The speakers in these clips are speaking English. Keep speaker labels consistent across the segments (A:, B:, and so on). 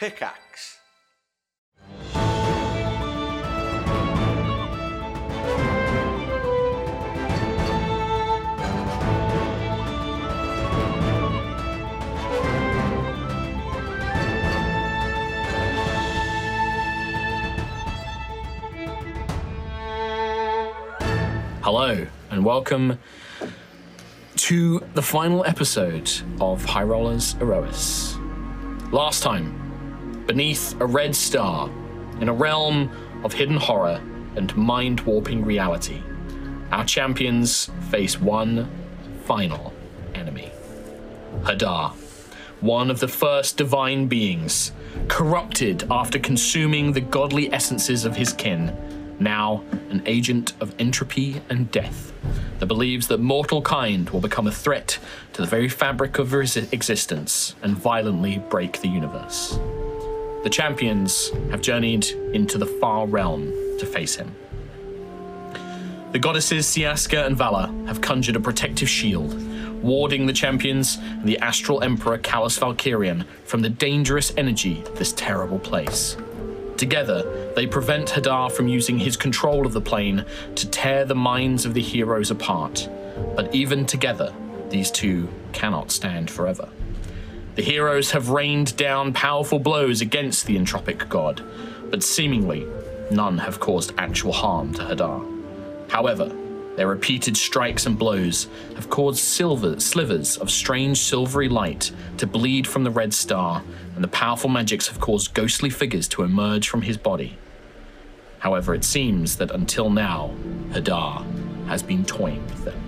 A: Pickaxe.
B: Hello, and welcome to the final episode of High Rollers Erois. Last time, beneath a red star, in a realm of hidden horror and mind warping reality, our champions face one final enemy Hadar, one of the first divine beings, corrupted after consuming the godly essences of his kin, now an agent of entropy and death that believes that mortal kind will become a threat to the very fabric of his existence and violently break the universe. The champions have journeyed into the far realm to face him. The goddesses Siaska and Vala have conjured a protective shield, warding the champions and the astral emperor Callus Valkyrian from the dangerous energy of this terrible place. Together, they prevent Hadar from using his control of the plane to tear the minds of the heroes apart. But even together, these two cannot stand forever. The heroes have rained down powerful blows against the entropic god, but seemingly none have caused actual harm to Hadar. However, their repeated strikes and blows have caused silver, slivers of strange silvery light to bleed from the red star, and the powerful magics have caused ghostly figures to emerge from his body. However, it seems that until now, Hadar has been toying with them.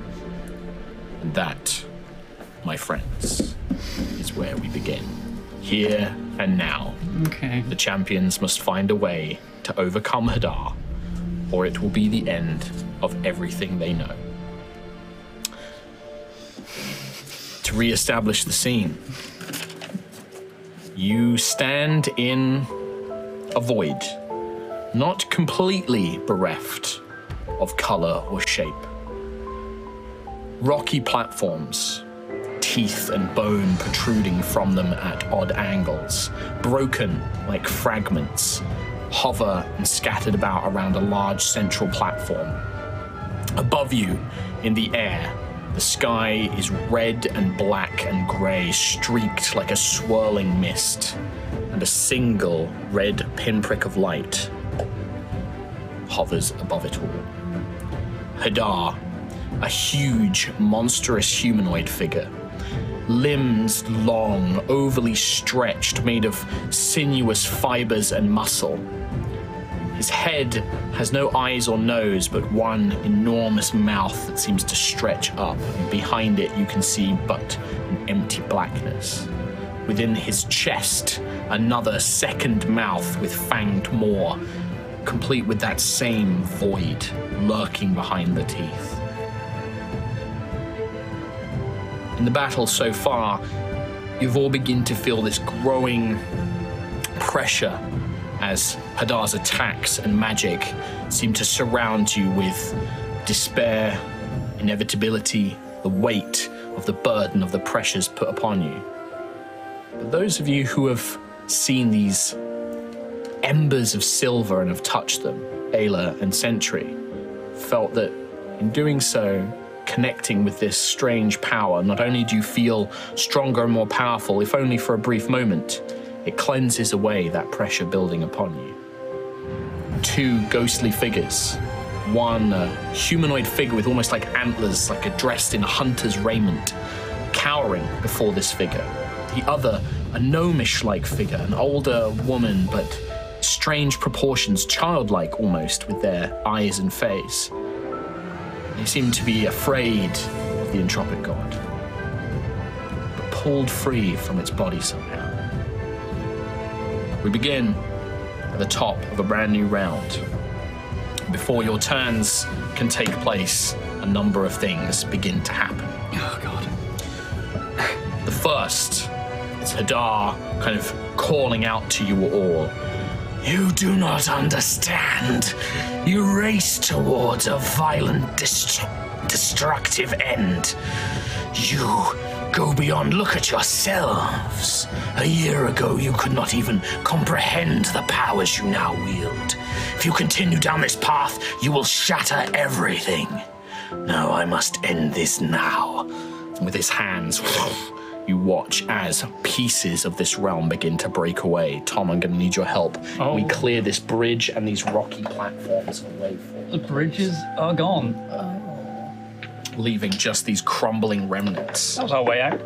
B: And that, my friends, is where we begin. Here and now,
C: Okay.
B: the champions must find a way to overcome Hadar, or it will be the end of everything they know. To re establish the scene, you stand in a void, not completely bereft of color or shape. Rocky platforms teeth and bone protruding from them at odd angles, broken like fragments, hover and scattered about around a large central platform. Above you, in the air, the sky is red and black and grey, streaked like a swirling mist, and a single red pinprick of light hovers above it all. Hadar, a huge, monstrous humanoid figure, limbs long, overly stretched, made of sinuous fibers and muscle. His head has no eyes or nose, but one enormous mouth that seems to stretch up, and behind it you can see but an empty blackness. Within his chest, another second mouth with fanged maw, complete with that same void lurking behind the teeth. in the battle so far, you've all begun to feel this growing pressure as Hadar's attacks and magic seem to surround you with despair, inevitability, the weight of the burden of the pressures put upon you. But those of you who have seen these embers of silver and have touched them, Ayla and Sentry, felt that in doing so, connecting with this strange power, not only do you feel stronger and more powerful, if only for a brief moment, it cleanses away that pressure building upon you. Two ghostly figures. One a humanoid figure with almost like antlers, like a dressed in a hunter's raiment, cowering before this figure. The other, a gnomish like figure, an older woman, but strange proportions, childlike almost, with their eyes and face. They seem to be afraid of the entropic god, but pulled free from its body somehow. We begin at the top of a brand new round. Before your turns can take place, a number of things begin to happen.
C: Oh god.
B: The first is Hadar kind of calling out to you all. You do not understand. You race towards a violent, dest- destructive end. You Go beyond. Look at yourselves. A year ago, you could not even comprehend the powers you now wield. If you continue down this path, you will shatter everything. No, I must end this now. And with his hands, you watch as pieces of this realm begin to break away. Tom, I'm going to need your help. We clear this bridge and these rocky platforms away from
A: The bridges are gone. That
B: leaving just these crumbling remnants.
A: was our way out.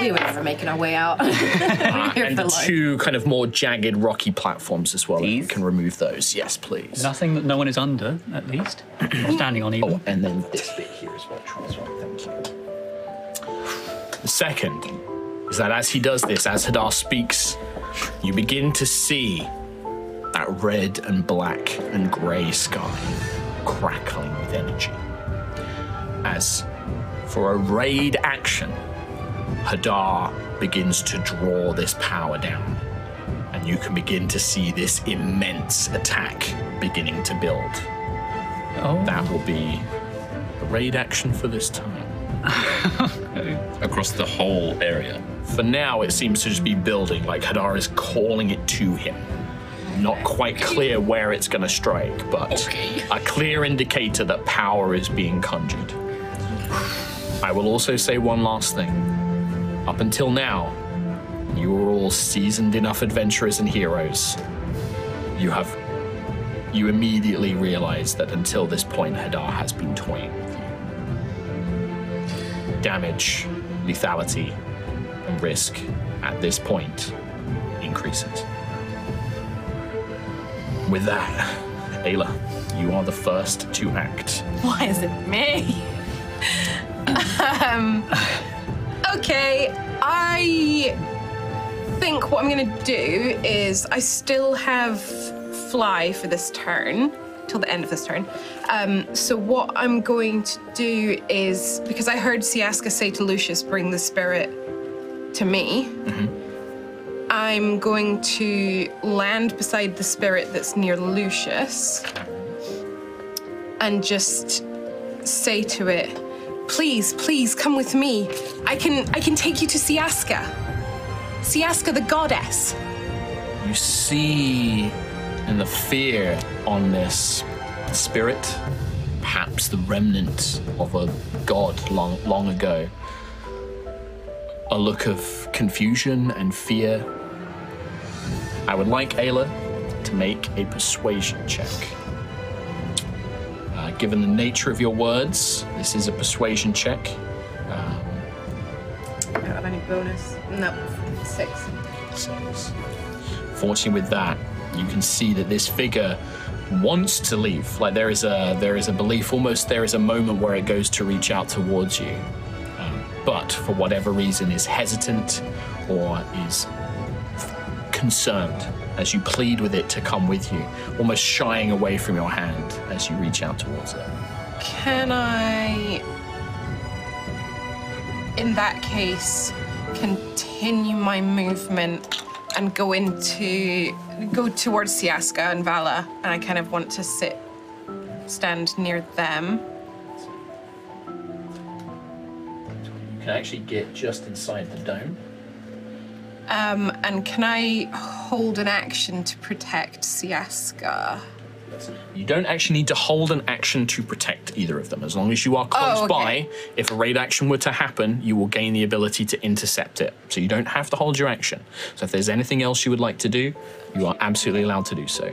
C: We were never making our way out. You're
B: and the
C: for life.
B: two kind of more jagged rocky platforms as well. If you
D: These?
B: can remove those, yes, please.
A: Nothing that no one is under, at least. Or standing on either.
B: And then this bit here is what transfer. Thank you. The second is that as he does this, as Hadar speaks, you begin to see that red and black and grey sky crackling with energy. As for a raid action, Hadar begins to draw this power down, and you can begin to see this immense attack beginning to build.
A: Oh,
B: That will be the raid action for this time.
D: across the whole area.
B: For now, it seems to just be building, like Hadar is calling it to him. Not quite clear where it's going to strike, but a clear indicator that power is being conjured. I will also say one last thing. Up until now, you are all seasoned enough adventurers and heroes. You have. You immediately realize that until this point, Hadar has been toying. damage, lethality, and risk at this point increases. With that, Ayla, you are the first to act.
C: Why is it me? um, okay, I think what I'm gonna do is I still have fly for this turn till the end of this turn. Um, so what I'm going to do is because I heard Siaska say to Lucius, "Bring the spirit to me." Mm-hmm. I'm going to land beside the spirit that's near Lucius and just say to it, "Please, please come with me. I can I can take you to Siaska. Siaska the goddess."
B: You see in the fear on this spirit, perhaps the remnant of a god long, long ago, a look of confusion and fear. I would like Ayla to make a persuasion check. Uh, given the nature of your words, this is a persuasion check.
C: I don't have any bonus. No, six.
B: says. Fortunately, with that, you can see that this figure wants to leave. Like there is a there is a belief, almost there is a moment where it goes to reach out towards you, um, but for whatever reason is hesitant or is concerned as you plead with it to come with you, almost shying away from your hand as you reach out towards it.
C: Can I, in that case, continue my movement and go into go towards Siaska and Vala? And I kind of want to sit, stand near them.
B: You can actually get just inside the dome.
C: Um, and can I hold an action to protect Siaska?
B: You don't actually need to hold an action to protect either of them. As long as you are close
C: Oh,
B: by,
C: okay.
B: if a raid action were to happen, you will gain the ability to intercept it. So you don't have to hold your action. So if there's anything else you would like to do, you are absolutely allowed to do so.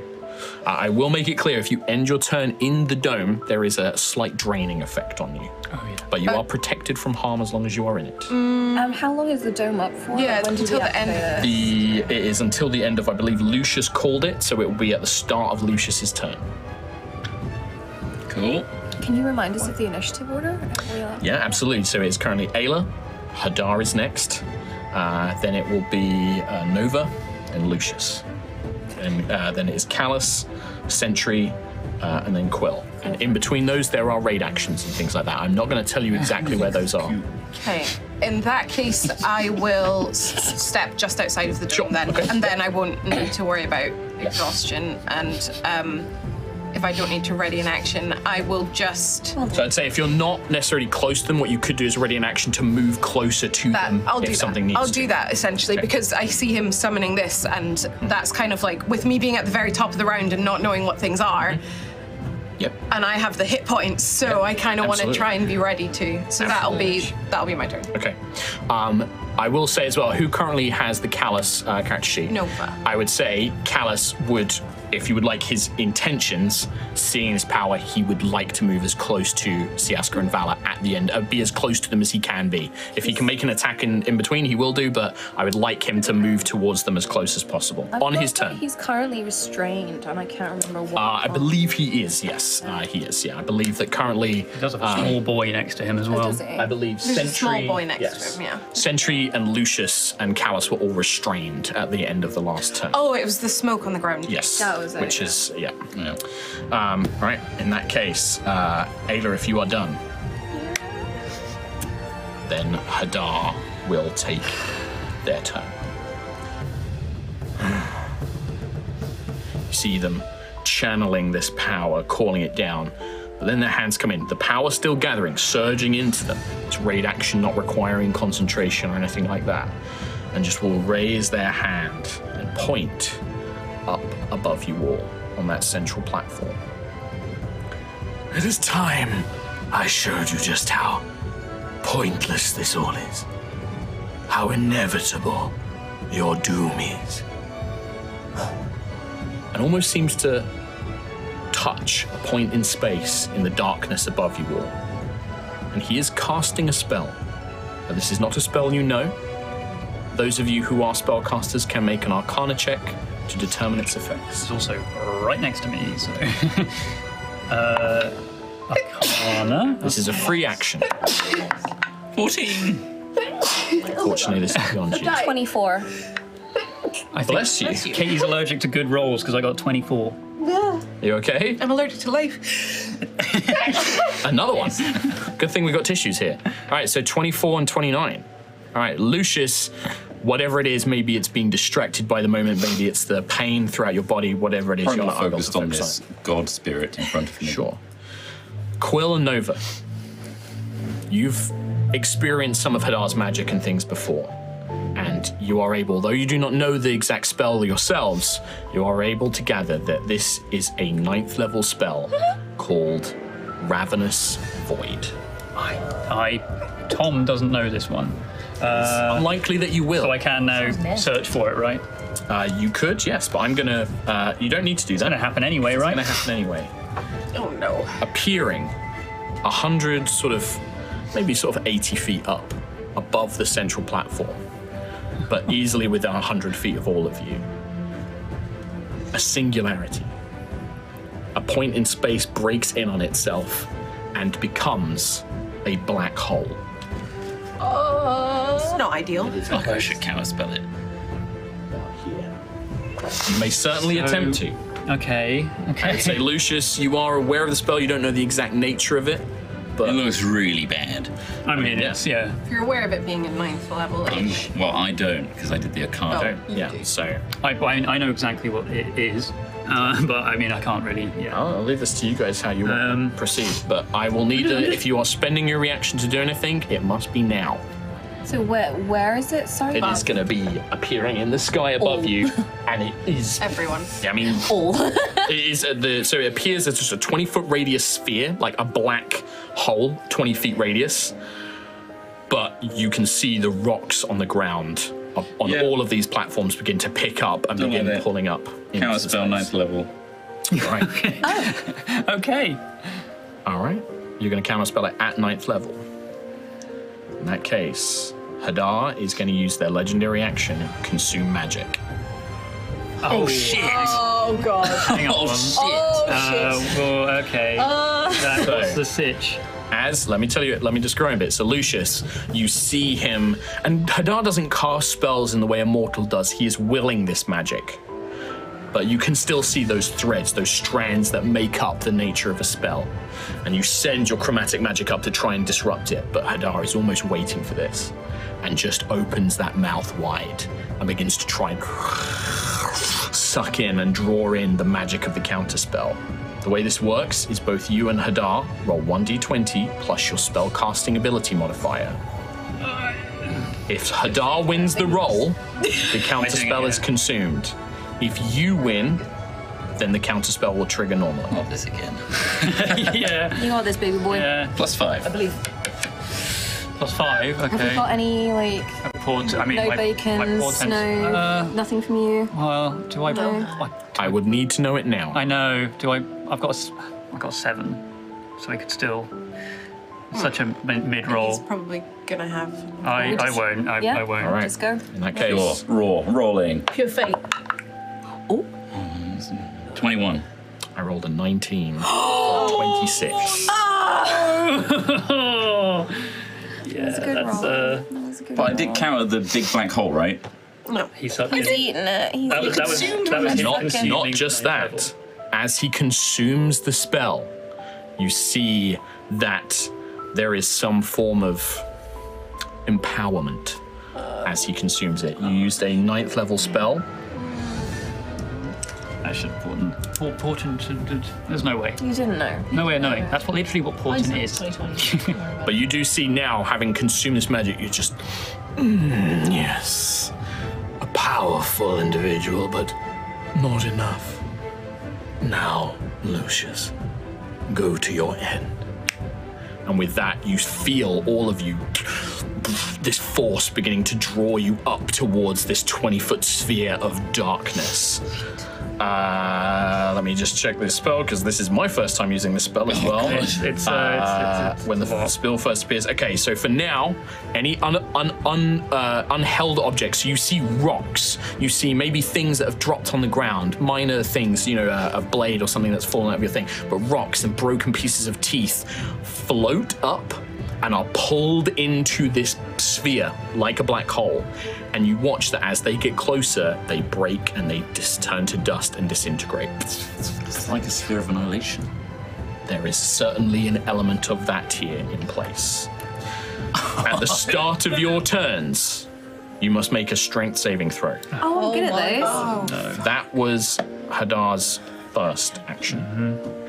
B: Uh, I will make it clear if you end your turn in the dome, there is a slight draining effect on you.
A: oh, yeah.
B: But
C: Uh,
B: you are protected from harm as long as you are in it.
E: Um, how long is the dome up for?
C: Yeah,
E: Like, when do
C: until
E: we
C: the end of
E: activate it?
B: The, it is until the end of, I believe, Lucius called it, so it will be at the start of Lucius's turn.
D: Cool.
E: Can you remind us of the initiative order? Are we allowed-
B: Yeah, absolutely. So it's currently Ayla, Hadar is next, uh, then it will be uh, Nova and Lucius. And uh, then it is Callus, Sentry, uh, and then Quill. And in between those, there are raid actions and things like that. I'm not going to tell you exactly where those are.
C: Okay. In that case, I will s- step just outside of the dome
B: Sure,
C: then,
B: okay.
C: and then I won't need to worry about exhaustion. And um, if I don't need to ready an action, I will just.
B: So I'd say if you're not necessarily close to them, what you could do is ready an action to move closer to
C: That,
B: them
C: um, I'll
B: if
C: do
B: something
C: that.
B: needs
C: I'll
B: to.
C: do that essentially
B: Okay.
C: because I see him summoning this, and that's kind of like with me being at the very top of the round and not knowing what things are,
B: Yep.
C: and I have the hit points, so I kind of want to
B: absolutely.
C: try and be ready to. So that'll be
B: Absolutely.
C: that'll be my turn.
B: Okay. Um, I will say as well, who currently has the Callus uh, character sheet?
C: Nova.
B: I would say Callus would, if you would like his intentions, seeing his power, he would like to move as close to Siaska and Vala at the end, uh, be as close to them as he can be. If he can make an attack in, in between, he will do, but I would like him to move towards them as close as possible
E: I
B: on
E: feel
B: his
E: like
B: turn.
E: He's currently restrained, and I can't remember what.
B: Uh, I believe he is, yes. Uh, he is, yeah. I believe that currently. uh,
A: He does have a small boy next to him as well.
E: does it?
B: I believe
C: There's a
B: Sentry.
C: small boy next
B: yes.
C: to him, yeah.
B: Sentry and Lucius and Callus were all restrained at the end of the last turn.
C: Oh, it was the smoke on the ground.
B: yes.
E: That was it,
B: which
E: yeah.
B: is yeah. Um, all right. In that case, uh, Ayla, if you are done, then Hadar will take their turn. You see them channeling this power, calling it down. But then their hands come in. The power still gathering, surging into them. It's raid action, not requiring concentration or anything like that. And just will raise their hand and point up above you all on that central platform. It is time I showed you just how pointless this all is, how inevitable your doom is. And almost seems to touch a point in space in the darkness above you all. And he is casting a spell. Now, this is not a spell you know, those of you who are spellcasters can make an arcana check to determine its effects.
A: He's also right next to me, so. uh, Arcana.
B: This is a free action.
D: 14.
B: Fortunately, this is beyond you.
E: 24.
A: I think
B: Bless you.
A: Katie's allergic to good rolls because I got 24.
B: You okay?
C: I'm allergic to life.
B: Another one. Good thing we got tissues here. All right, so 24 and 29. All right, Lucius, whatever it is, maybe it's being distracted by the moment, maybe it's the pain throughout your body, whatever it is,
D: Probably
B: you're
D: not
B: not able to
D: focused on
B: focus
D: this god spirit in front of me.
B: Sure. Quill and Nova, you've experienced some of Hadar's magic and things before, and you are able, though you do not know the exact spell yourselves, you are able to gather that this is a ninth level spell called Ravenous Void.
A: I. Tom doesn't know this one.
B: Unlikely that you will.
A: Uh, So I can now search for it, right? It's
B: uh, you could, yes, but I'm gonna. Uh, you don't need to do that.
A: gonna happen anyway,
B: It's
A: right?
B: gonna happen anyway.
C: Oh no.
B: appearing a hundred sort of maybe sort of 80 feet up above the central platform but easily within 100 feet of all of you a singularity a point in space breaks in on itself and becomes a black hole
C: It's not ideal.
D: Fuck, I should counter spell it.
B: you may certainly
A: So-
B: attempt to
A: Okay, okay.
B: i'd say lucius you are aware of the spell you don't know the exact nature of it
D: It
B: but
D: looks really bad.
A: I mean, it's, yeah.
C: If you're aware of it being in ninth level ish.
D: Um, Well, I don't, because I did the Arcana.
C: Oh.
B: yeah so
A: I, I, I know exactly what it is, uh, but I mean, I can't really. Yeah.
B: I'll I'll leave this to you guys how you want to
A: Um,
B: proceed, but I will need a, if you are spending your reaction to do anything, it must be now.
E: So where where is it? Sorry.
B: It is going to be appearing in the sky above you, and it is.
C: Everyone.
B: I mean, it is at the so it appears as just a twenty foot radius sphere, like a black hole, twenty feet radius. But you can see the rocks on the ground of- on
D: Yeah.
B: all of these platforms begin to pick up and
D: Don't like
B: begin
D: that.
B: pulling up. into
D: Counter
B: the
D: spell
B: space.
D: ninth level.
B: Right.
A: Okay.
B: All right. You're going to counterspell it at ninth level. In that case, Hadar is going to use their legendary action, Consume Magic.
A: Oh, shit.
C: Oh god.
A: Hang on.
D: Oh, shit.
A: Uh, well, okay. that, what's the sitch?
B: As, let me tell you, let me describe it. So, Lucius, you see him, and Hadar doesn't cast spells in the way a mortal does. He is willing this magic. But you can still see those threads, those strands that make up the nature of a spell. And you send your chromatic magic up to try and disrupt it, but Hadar is almost waiting for this and just opens that mouth wide and begins to try and suck in and draw in the magic of the counterspell. The way this works is both you and Hadar roll 1d20 plus your spellcasting ability modifier. If Hadar wins the roll, the counterspell is consumed. If you win, then the counterspell will trigger normally.
D: Not this again.
A: yeah,
E: You got this, baby boy.
A: yeah.
D: Plus
E: I
D: five.
E: believe.
A: Plus five.
E: Have you got
A: Okay.
E: any like
A: Poor t- I mean,
E: no
A: my, my poor
E: bacons,
A: tense-
E: no
A: Uh,
E: nothing from you?
A: well, do I?
E: No.
A: I,
B: I would need to know it now.
A: I know. Do I? I've got. A, s- I've got a seven, so I could still. Such a mid
C: He's
A: roll.
C: probably gonna have.
A: I, I won't. I,
E: Yeah.
A: I won't.
B: All right.
E: Just go.
B: In that case,
D: Raw, raw, rolling.
C: Pure fate.
D: 21.
B: I rolled a 19. 26.
A: Oh,
E: That's a good roll.
A: uh,
E: That's a good
D: But I
E: roll.
D: did cower the big black hole, right?
C: No.
A: He sucked
E: He's
A: in.
E: eaten it. He's
A: That was, that was, that was him
B: Not,
A: consuming
B: not just
A: my level.
B: that. As he consumes the spell, you see that there is some form of empowerment as he consumes it. You used a ninth level spell.
A: I should Porton. Por- Porton. should- should- There's no way.
E: You didn't know.
A: No way of knowing. That's what literally what Porton is.
B: But you do see now, having consumed this magic, you just. "Mm, yes. A powerful individual, but not enough. Now, Lucius, go to your end. And with that, you feel all of you this force beginning to draw you up towards this 20 foot sphere of darkness. Uh, let me just check this spell because this is my first time using this spell as well.
A: It's, it's, uh,
B: Uh,
A: it's, it's, it's
B: when the
A: a lot.
B: spell first appears. Okay, so for now, any un, un, un, uh, unheld objects, you see rocks, you see maybe things that have dropped on the ground, minor things, you know, a, a blade or something that's fallen out of your thing, but rocks and broken pieces of teeth float up and are pulled into this sphere like a black hole. And you watch that as they get closer, they break and they just turn to dust and disintegrate.
D: It's like a sphere of annihilation.
B: There is certainly an element of that here in place. At the start of your turns, you must make a strength saving throw.
D: Uh-huh.
E: Oh, I'm good at those.
B: That was Hadar's first action.
D: Mm-hmm.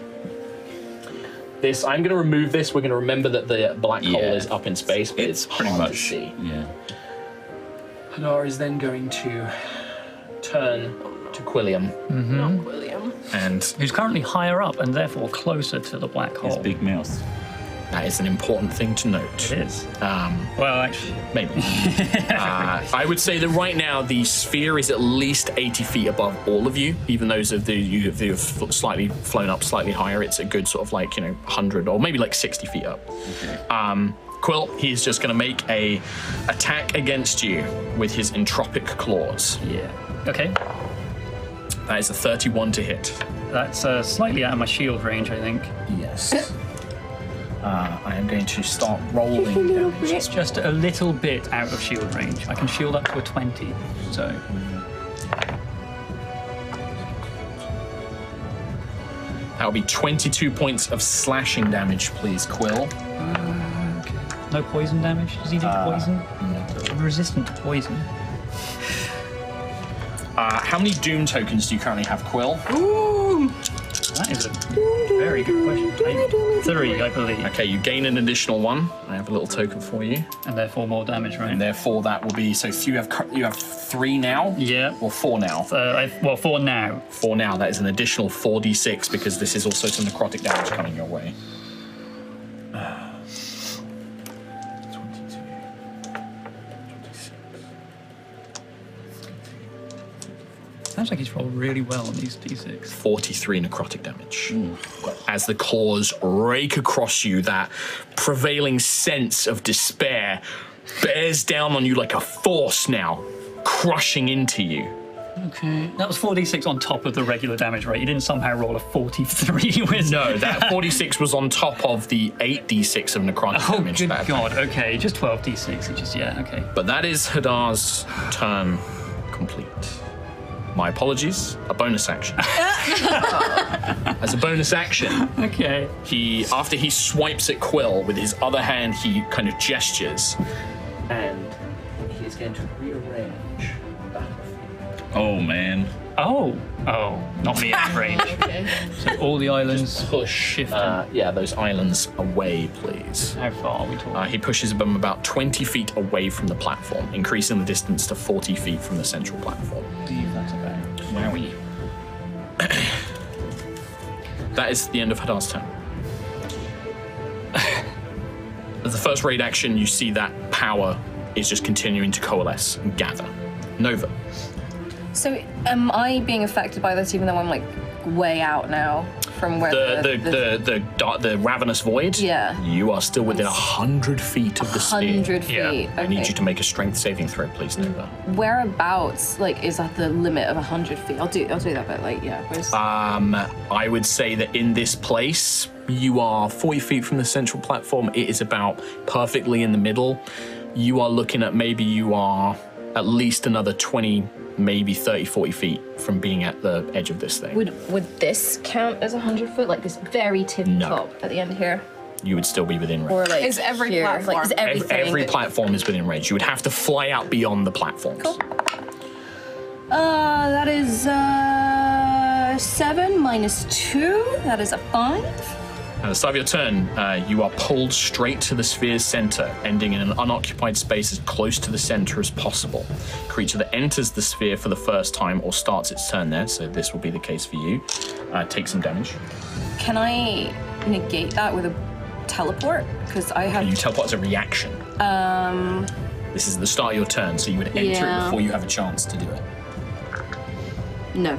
B: This, I'm going to remove this. We're going to remember that the black hole
D: Yeah.
B: is up in space, but it's,
D: pretty
B: hard
D: much.
B: to see.
D: Yeah.
B: Hadar is then going to turn to Quilliam
C: Not William.
B: and
A: Who's currently higher up and therefore closer to the black hole?
D: His big mouth.
B: that is an important thing to note.
A: It is. well, actually,
B: Maybe. Uh, I would say that right now the sphere is at least 80 feet above all of you, even those of the you who have slightly flown up slightly higher. It's a good sort of like, you know, 100 or maybe like 60 feet up. Um, Quill, he's just going to make a attack against you with his entropic claws.
A: yeah. Okay,
B: That is a 31 to hit.
A: that's uh, slightly out of my shield range, I think.
B: Yes. Uh, I am going to start rolling damage.
A: It's just a little bit out of shield range. I can shield up to a 20, so.
B: That will be 22 points of slashing damage, please, Quill.
A: No poison damage? Does he do poison? I'm resistant to poison.
B: Uh, how many Doom tokens do you currently have, Quill?
A: That is a very good question. I- Three, I believe,
B: Okay, you gain an additional one. I have a little token for you,
A: and therefore more damage, right?
B: and therefore that will be. So you have cur- you have three now.
A: Yeah.
B: Or four now.
A: Uh, I, well, four now.
B: Four now. That is an additional four d six because this is also some necrotic damage coming your way. Uh, 22, 26.
A: Sounds like he's rolled really well on these d6.
B: 43 necrotic damage. As the claws rake across you, that prevailing sense of despair bears down on you like a force now, crushing into you.
A: Okay. Mm. That was 4d6 on top of the regular damage rate. You didn't somehow roll a 43 with.
B: No, that 46 was on top of the 8d6 of necrotic
A: Oh,
B: damage.
A: good
B: that-
A: god. Okay, just 12d6. It's just, yeah, okay.
B: But that is Hadar's turn complete. My apologies, a bonus action. As a bonus action,
A: Okay.
B: he after he swipes at Quill with his other hand, he kind of gestures, and
F: He is going to rearrange the battlefield.
D: Oh man.
A: Oh, oh, not me out of range. So all the islands push shift.
B: Uh, yeah, those islands away, please.
A: How far are we talking?
B: Uh, he pushes them about 20 feet away from the platform, increasing the distance to 40 feet from the central platform.
D: That's about. Wowie.
B: That is the end of Hadar's turn. As the first raid action, you see that power is just continuing to coalesce and gather. Nova.
E: Uh, So am I being affected by this even though I'm like way out now from where
B: The the the the, dark the ravenous void.
E: Yeah.
B: You are still within a hundred feet of the spear.
E: hundred feet?
A: Yeah.
E: Okay.
B: I need you to make a strength saving throw, please, Nova.
E: Whereabouts like is at the limit of hundred feet? I'll do I'll do that, but like yeah. where's-
B: Um, I would say that in this place, you are 40 feet from the central platform. It is about perfectly in the middle. You are looking at maybe you are at least another 20, maybe 30, 40 feet from being at the edge of this thing.
E: would would this count as hundred foot? Like this very tip
B: No.
E: top at the end here,
B: you would still be within range.
E: or like
C: Is every
E: here? Like, is
C: platform-
B: Ev-
E: everything?
B: Every platform is within range. You would have to fly out beyond the platforms.
E: Uh, that is uh, seven minus two. That is a five.
B: At the start of your turn, uh, you are pulled straight to the sphere's center, ending in an unoccupied space as close to the center as possible. Creature that enters the sphere for the first time or starts its turn there, so this will be the case for you, uh, take some damage.
E: Can I negate that with a teleport? Because I have.
B: You teleport as a reaction.
E: um.
B: This is the start of your turn, so you would enter it
E: Yeah.
B: before you have a chance to do it.
E: No.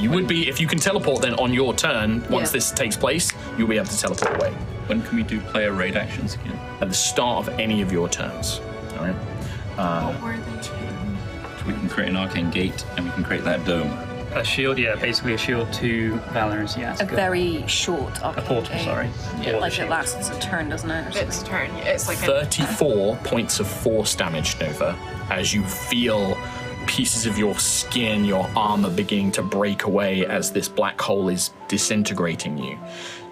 B: You would be, if you can teleport, then on your turn, once
E: Yeah.
B: this takes place, you'll be able to teleport away.
D: When can we do player raid actions again?
B: At the start of any of your turns. All right?
D: So we can create an arcane gate and we can create that dome.
A: A shield, yeah, basically a shield to Valerian's, yeah.
E: A very short.
A: A portal, sorry. Or the
E: Like it
A: shield.
E: lasts a turn, doesn't it?
C: It's turn. It's like a
B: 34 points of force damage, Nova, as you feel pieces of your skin, your armor beginning to break away as this black hole is disintegrating you.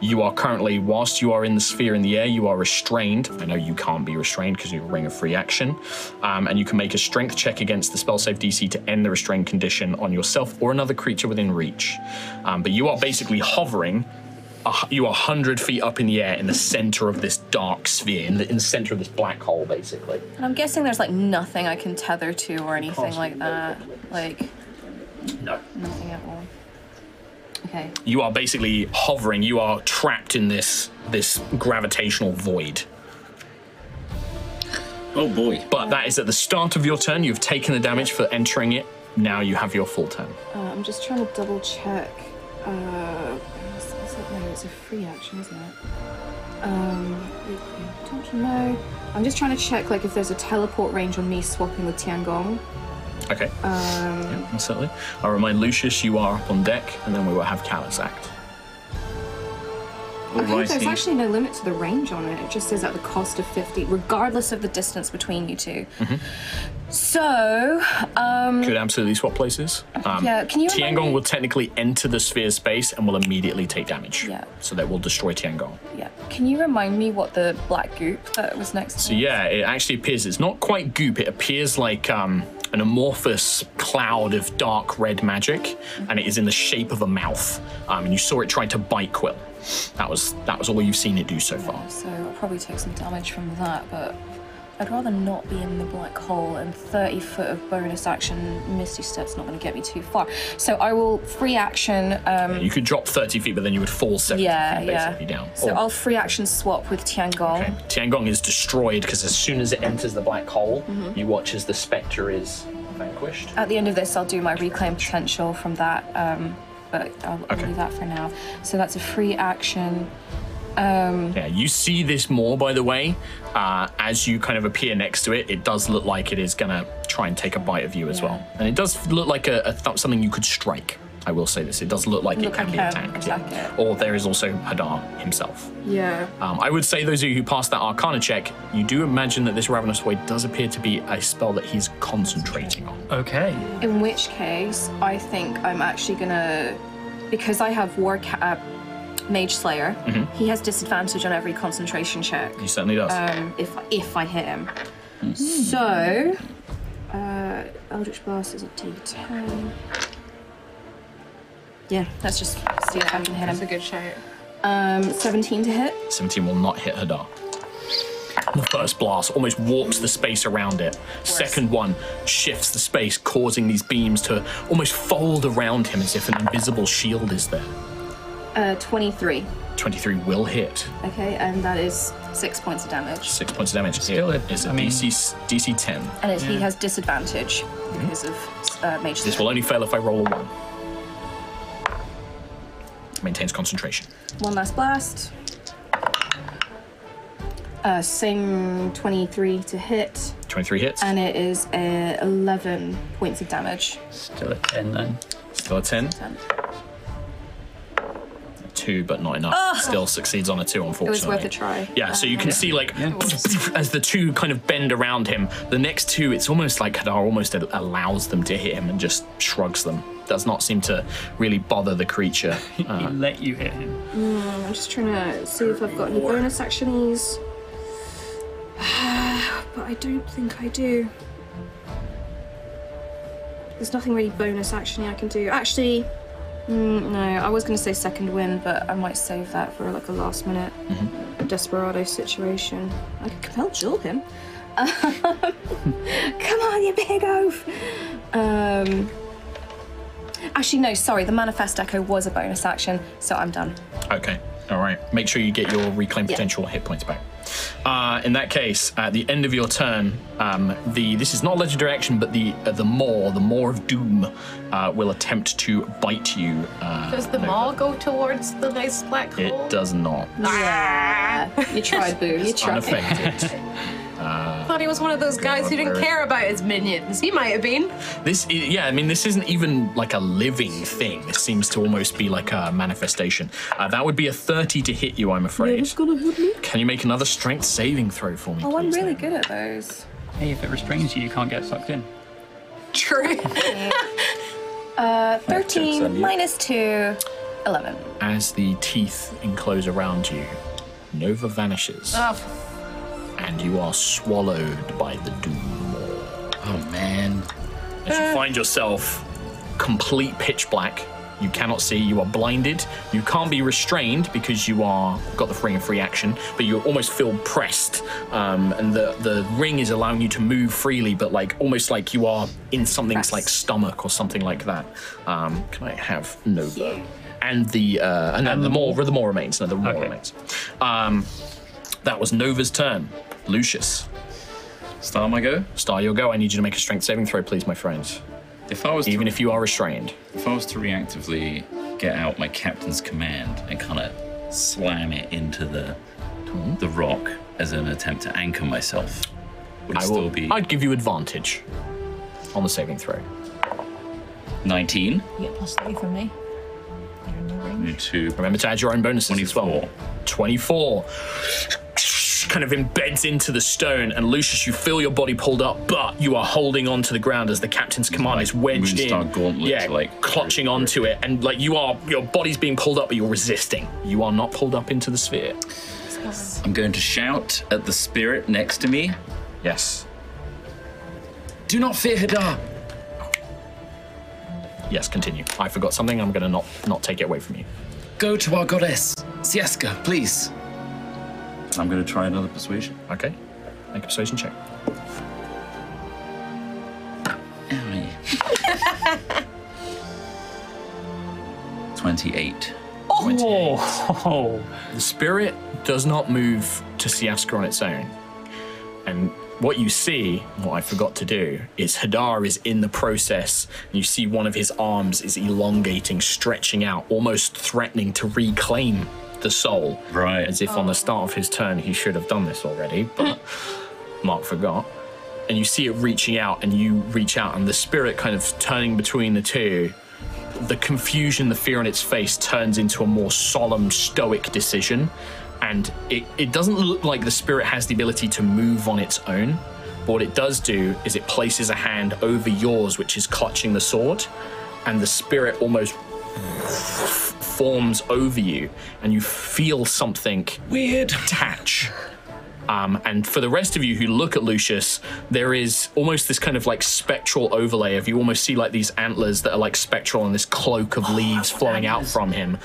B: You are currently, whilst you are in the sphere in the air, you are restrained. I know you can't be restrained because you're a ring of free action. Um, and you can make a strength check against the spell save DC to end the restrained condition on yourself or another creature within reach. Um, but you are basically hovering a hu- you are 100 feet up in the air in the center of this dark sphere, in the, in the center of this black hole, basically.
E: And I'm guessing there's like nothing I can tether to or anything like that. Like
B: No.
E: nothing at all. Okay.
B: You are basically hovering, you are trapped in this this gravitational void.
D: Oh boy.
B: But that is at the start of your turn, you've taken the damage for entering it. Now you have your full turn.
E: Uh, I'm just trying to double check. Uh, is, is it, no, it's a free action, isn't it? Um, don't know. I'm just trying to check like if there's a teleport range on me swapping with Tiangong.
B: Okay.
E: Um,
B: yeah, certainly. I'll remind Lucius you are up on deck, and then we will have Callus act.
E: I
D: All
E: think there's
D: righty.
E: actually no limit to the range on it. It just says at the cost of 50, regardless of the distance between you 2
B: Mm-hmm.
E: So, um,
B: Could absolutely swap places. Um,
E: Yeah, can you remind
B: Tiangong
E: me-
B: will technically enter the sphere space and will immediately take damage.
E: Yeah.
B: So that will destroy Tiangong.
E: yeah. Can you remind me what the black goop that was next to?
B: So yeah, it actually appears it's not quite goop. It appears like um, an amorphous cloud of dark red magic, and it is in the shape of a mouth. Um, and you saw it try to bite Quill. That was that was all you've seen it do so far.
E: So I'll probably take some damage from that, but I'd rather not be in the black hole. And 30 foot of bonus action, Misty Step's not going to get me too far. So I will free action. Um,
B: You could drop 30 feet, but then you would fall 70
E: yeah,
B: feet
E: yeah.
B: basically down.
E: So
B: Or-
E: I'll free action swap with Tiangong.
B: Okay. Tiangong is destroyed because as soon as it enters the black hole,
E: Mm-hmm.
B: you watch as the spectre is vanquished.
E: At the end of this, I'll do my reclaim potential from that, um, but I'll, I'll leave that for now. So that's a free action.
B: Yeah, you see this more, by the way. Uh, as you kind of appear next to it, it does look like it is going to try and take a bite of you as well. And it does look like a, a th- something you could strike. I will say this. It does look like it
E: Look
B: can
E: like
B: be
E: a-
B: attacked. yeah.
E: attack it.
B: Or there is also Hadar himself.
E: Yeah.
B: Um, I would say those of you who passed that Arcana check, you do imagine that this Ravenous Void does appear to be a spell that he's concentrating on.
A: Okay.
E: In which case, I think I'm actually gonna, because I have War Ca- uh, Mage Slayer.
C: Mm-hmm.
E: He has disadvantage on every concentration check
B: He certainly does.
E: um, if if I hit him.
C: Mm.
E: So, uh, Eldritch Blast is a D10. Yeah, let's just see if I can hit
C: That's a
E: him.
C: good shout.
E: Um, 17 to hit.
B: 17 will not hit Hadar. The first blast almost warps the space around it. Second one shifts the space, causing these beams to almost fold around him as if an invisible shield is there.
E: Uh, 23.
B: 23 will hit.
E: Okay, and that is six points of damage.
B: Six points of damage.
A: Still
B: it
A: hit.
B: is a
A: I mean-
B: DC, DC 10.
E: And it, he has disadvantage because of uh, Mage
B: This
E: Spell.
B: will only fail if I roll a one. Maintains concentration.
E: One last blast. Uh, same 23 to hit,
B: 23 hits.
E: and it is uh, 11 points of damage.
A: Still at 10 then.
B: Still a 10.
E: Ten.
B: Two, but not enough. Still succeeds on a two, unfortunately.
E: It was worth a try.
B: Uh, Yeah, so you can see like as the two kind of bend around him, the next two, it's almost like Kadar almost allows them to hit him and just shrugs them. Does not seem to really bother the creature. Uh,
A: He
B: Uh-huh.
A: let you hit him.
E: I'm just trying to see if I've got any bonus actions. but I don't think I do. There's nothing really bonus actiony I can do. Actually, mm, no, I was going to say second win, but I might save that for like a last minute desperado situation. I could compel Jill him. Come on, you big oaf! Um, actually, no, sorry, the manifest echo was a bonus action, so I'm done.
B: okay, all right. Make sure you get your reclaim
E: Yeah.
B: potential hit points back. Uh, in that case, at the end of your turn, um, the this is not legendary action, but the uh, the maw, the maw of doom, uh, will attempt to bite you. Uh,
C: Does the maw go towards the nice black hole? Ah.
B: it does not.
E: Yeah. You tried, boo. You tried.
B: Unaffected.
C: I thought he was one of those guys who didn't
B: Where-
C: care about his minions. He might have been.
B: This, i- yeah, I mean, this isn't even like a living thing. This seems to almost be like a manifestation. Uh, that would be a 30 to hit you, I'm afraid. Can you make another strength saving throw for me?
E: Oh, I'm
B: please,
E: really
B: then?
E: good at those.
A: Hey, if it restrains you, you can't get sucked in.
C: True.
E: Uh,
D: checks on
E: 13
D: you.
E: minus 2, 11.
B: As the teeth enclose around you, Nova vanishes,
E: Ah.
B: and you are swallowed by the doom.
D: Oh man.
B: As you find yourself complete pitch black, you cannot see, you are blinded, you can't be restrained because you are got the free and free action, but you almost feel pressed. Um, and the, the ring is allowing you to move freely, but like almost like you are in something's
E: Pressed.
B: like stomach or something like that. Um, can I have Nova? And the uh, and, then the more the more remains. No, the more
A: Okay.
B: remains. Um, that was Nova's turn. Lucius,
D: Star my go?
B: star your go. I need you to make a strength saving throw, please, my friends.
D: If I was to
B: Even if you are restrained.
D: If I was to reactively get out my captain's command and kind of slam it into the
B: Hmm?
D: the rock as an attempt to anchor myself, would it
B: I
D: still
B: will.
D: be
B: I'd give you advantage on the saving throw.
D: 19?
G: You get plus three from me. You're in the ring.
D: Need to
B: Remember to add your own bonuses as well.
D: 24.
B: 24. Kind of embeds into the stone, and Lucius, you feel your body pulled up, but you are holding on to the ground as the captain's command is wedged in.
D: Moonstar gauntlet,
B: yeah,
D: like-
B: clutching onto it, and like you are, your body's being pulled up, but you're resisting. You are not pulled up into the sphere.
D: I'm going to shout at the spirit next to me.
B: Yes.
D: Do not fear Hadar.
B: Yes. Continue. I forgot something. I'm gonna not not take it away from you.
D: Go to our goddess, Siaska, please. I'm going to try another persuasion.
B: Okay. Make a persuasion check.
D: Owie. 28.
A: Oh,
B: The spirit does not move to Siaska on its own. And what you see, what I forgot to do, is Hadar is in the process, and you see one of his arms is elongating, stretching out, almost threatening to reclaim the soul.
D: Right.
B: As if on the start of his turn he should have done this already, but Mark forgot. And you see it reaching out, and you reach out, and the spirit kind of turning between the two the confusion, the fear on its face turns into a more solemn, stoic decision. And it, it doesn't look like the spirit has the ability to move on its own. But what it does do is it places a hand over yours, which is clutching the sword, and the spirit almost forms over you, and you feel something
D: Weird.
B: detach. Um, and for the rest of you who look at Lucius, there is almost this kind of like spectral overlay of you almost see like these antlers that are like spectral and this cloak
G: Oh,
B: of leaves flowing out from him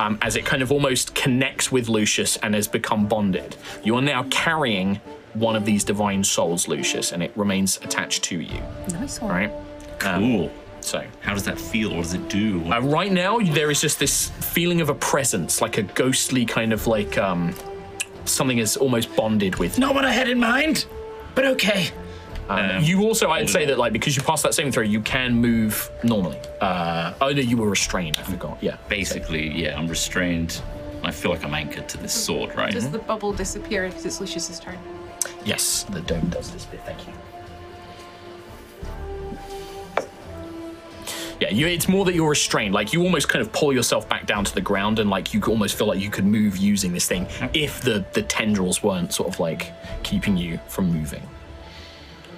B: um, as it kind of almost connects with Lucius and has become bonded. You are now carrying one of these divine souls, Lucius, and it remains attached to you,
G: Nice one.
B: all right?
D: Cool.
B: So.
D: How does that feel? What does it do?
B: Uh, right now, there is just this feeling of a presence, like a ghostly kind of like um, something is almost bonded with.
D: Not what I had in mind, but okay.
B: Um, you also, I'd say that like because you passed that saving throw, you can move normally. Uh, oh no, you were restrained. I forgot. Yeah.
D: Basically, yeah, I'm restrained. I feel like I'm anchored to this sword, right?
A: Mm-hmm.
C: Does the bubble disappear because it's Lucius's turn?
B: Yes, the dome does this bit. Thank you. Yeah, you, it's more that you're restrained. Like you almost kind of pull yourself back down to the ground, and like you could almost feel like you could move using this thing if the the tendrils weren't sort of like keeping you from moving.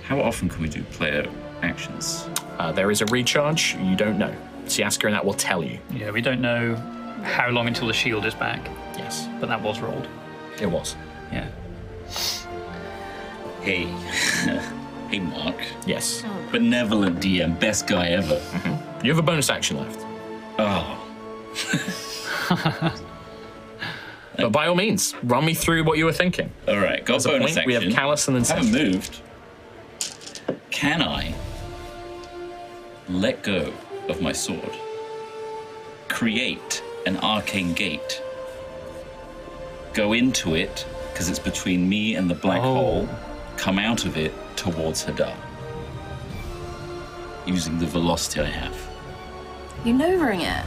D: How often can we do player actions?
B: Uh, there is a recharge. You don't know. Siaska and that will tell you.
A: Yeah, we don't know how long until the shield is back,
B: Yes,
A: but that was rolled.
B: it was.
D: Yeah. Hey. hey, Mark.
B: Yes.
D: Oh. Benevolent DM, best guy ever.
B: You have a bonus action left,
D: Oh.
B: but by all means, run me through what you were thinking.
D: All right, got
B: There's a
D: bonus
B: point.
D: action.
B: We have Callus and then
D: haven't
B: Seth.
D: moved. Can I let go of my sword? Create an arcane gate. Go into it because it's between me and the black
A: Oh.
D: hole. Come out of it towards Hadar. Using the velocity I have.
E: You're novering it.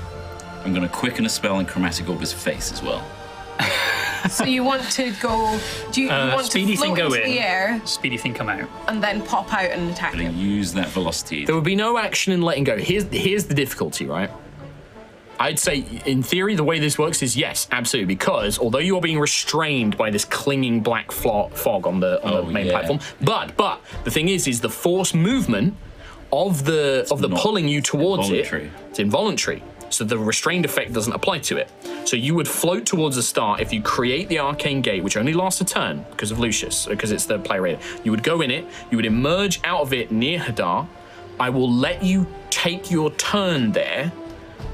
D: I'm going to quicken a spell in Chromatic Orb his face as well.
C: so you want to go? Do you, you
A: Uh,
C: want
A: speedy
C: to
A: thing
C: float
A: go
C: into
A: in.
C: the air
A: Speedy thing come out.
C: and then pop out and attack
D: I'm going
C: him?
D: to use that velocity.
B: There would be no action in letting go. Here's here's the difficulty, right? I'd say, in theory, the way this works is yes, absolutely. Because although you are being restrained by this clinging black flo- fog on the on
D: Oh,
B: the main
D: yeah.
B: platform, but but the thing is, is the force movement of the of the
D: not-
B: pulling you towards
D: involuntary.
B: it, it's involuntary. So the restrained effect doesn't apply to it. So you would float towards a star if you create the arcane gate, which only lasts a turn because of Lucius, because it's the player rated. You would go in it. You would emerge out of it near Hadar. I will let you take your turn there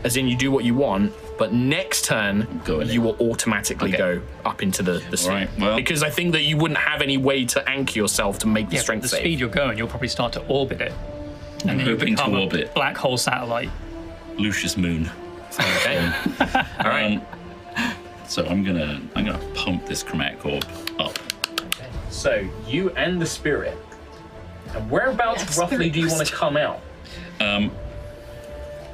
B: as in you do what you want. But next turn,
D: going
B: you
D: in.
B: will automatically
D: Okay.
B: go up into the, the sphere.
D: right, well-
B: because I think that you wouldn't have any way to anchor yourself to make the
A: Yeah, but
B: strength
A: the
B: save.
A: speed you're going, you'll probably start to orbit it. And then you
D: hoping to
A: become a
D: orbit.
A: black hole satellite.
D: Lucius Moon.
B: Okay. All right.
D: Um, so I'm gonna I'm gonna pump this chromatic orb up.
B: So you and the spirit. And whereabouts roughly do you want to come out?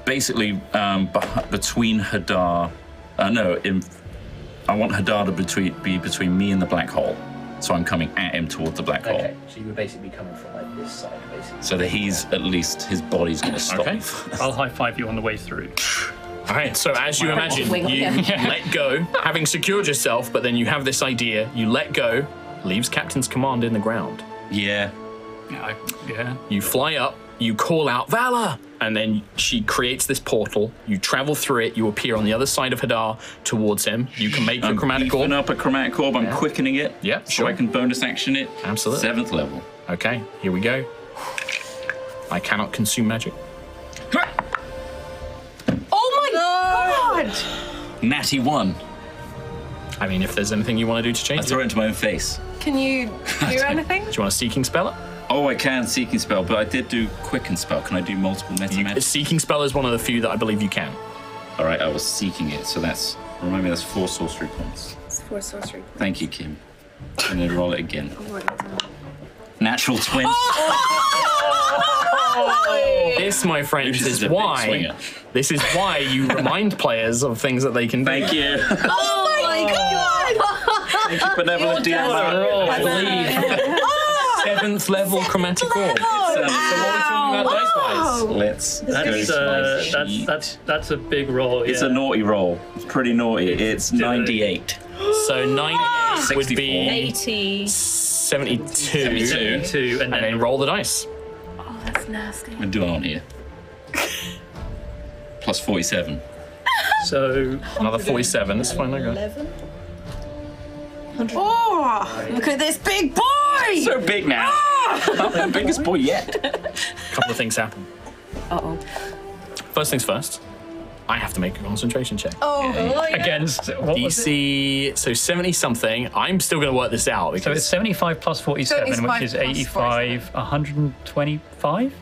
D: Basically, um, beh- between Hadar, uh, no, in, I want Hadar to between, be between me and the black hole. So I'm coming at him toward the black
F: Okay,
D: hole,
F: so you were basically coming from like this side, basically.
D: so that he's at least his body's gonna stop.
B: Okay.
A: I'll high five you on the way through.
B: All right. So as you imagine,
E: Wiggle,
B: you
E: yeah.
B: let go, having secured yourself, but then you have this idea. You let go, leaves Captain's command in the ground.
D: Yeah.
A: Yeah, I, yeah.
B: You fly up, you call out Valor, and then she creates this portal. You travel through it, you appear on the other side of Hadar towards him. You can make your
D: I'm
B: chromatic
D: beefing
B: orb.
D: up a chromatic orb. I'm quickening it.
B: Yeah,
D: So
B: sure.
D: I can bonus action it.
B: Absolutely.
D: Seventh level.
B: Okay, here we go. I cannot consume magic.
C: Oh my god!
D: Natty one.
B: I mean, if there's anything you want to do to
D: I
B: change it,
D: throw it into my own face.
C: Can you do anything?
B: do you want a seeking spell? it?
D: Oh, I can seeking spell, but I did do quicken spell. Can I do multiple meta?
B: A seeking spell is one of the few that I believe you can.
D: All right, I was seeking it, so that's remind me that's four sorcery points.
E: It's for sorcery.
D: Thank you, Kim. I'm gonna roll it again. Natural twenty.
C: Oh
B: This, my friends,
D: Lucius
B: is
D: is a big
B: why
D: swinger.
B: this is why you remind players of things that they can do.
D: Thank you.
E: Oh my god!
D: Thank you, benevolent DM.
B: Seventh level chromatic orb.
D: So, so what are we talking about dice
B: Wow.
D: wise? Let's.
A: That's, uh, that's, that's, that's a big roll.
D: It's
A: yeah.
D: a naughty roll. It's pretty naughty. It's
A: do it.
D: ninety-eight.
B: So
A: Ah!
B: nine would
D: 64.
B: be
G: 80.
B: 72.
D: 72.
A: Two,
B: And
A: and then
B: then roll the dice.
E: Oh, that's nasty.
D: I'm doing it on here. Plus forty-seven.
A: so
B: Another 47. That's fine, I got it.
C: Oh,
G: Look at this big boy!
D: So big now. I'm the biggest boy yet.
B: couple of things happen.
G: Uh oh.
B: First things first, I have to make a concentration check.
C: oh,
A: Against what was it?
B: DC, so 70 something. I'm still going to work this out
A: So it's
B: because
A: 75 plus 47, which
C: 75
A: is
C: plus
A: 85, 125.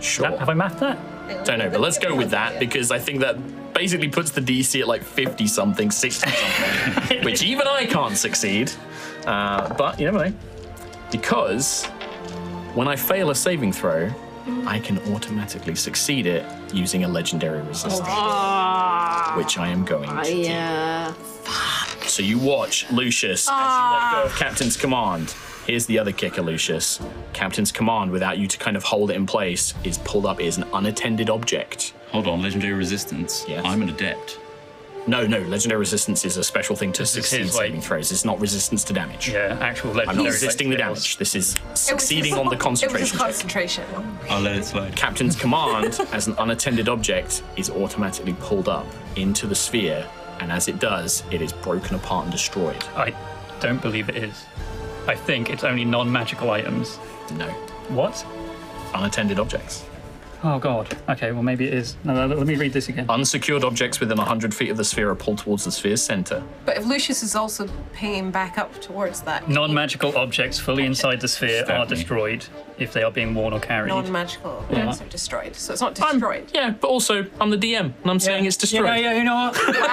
B: sure.
A: That, have I mathed that?
B: Don't know, but let's go with that because I think that basically puts the DC at like 50 something, 60 something, which even I can't succeed. Uh, but you never know. Because when I fail a saving throw, I can automatically succeed it using a legendary resistance,
C: Oh. Ah.
B: which I am going to do.
E: Yeah.
B: So you watch Lucius as you let go of Captain's command. Here's the other kicker, Lucius. Captain's command, without you to kind of hold it in place, is pulled up. It is an unattended object.
D: Hold on, legendary resistance.
B: Yes.
D: I'm an adept.
B: No, no, legendary resistance is a special thing to
A: is
B: succeed
A: his, like-
B: saving throws. It's not resistance to damage.
A: Yeah, actual
B: I'm
A: legendary.
B: not resisting the
A: details.
B: damage. This is
C: it was
B: succeeding
C: his-
B: on the
C: It was
B: concentration.
C: his
B: check.
C: concentration.
D: I'll let it slide.
B: Captain's command as an unattended object is automatically pulled up into the sphere, and as it does, it is broken apart and destroyed.
A: I don't believe it is. I think it's only non-magical items.
B: No,
A: What?
B: unattended objects.
A: Oh god. Okay, well maybe it is. No, no, let me read this again.
B: Unsecured objects within 100 feet of the sphere are pulled towards the sphere's center.
C: But if Lucius is also paying back up towards that
A: Non-magical objects fully inside the sphere
D: Stab
A: are
D: me.
A: destroyed if they are being worn or carried.
C: non-magical, yeah. are destroyed. So it's not destroyed.
B: Yeah, but also, I'm the DM, and I'm saying it's destroyed.
A: Yeah, yeah, you know what? Oh. this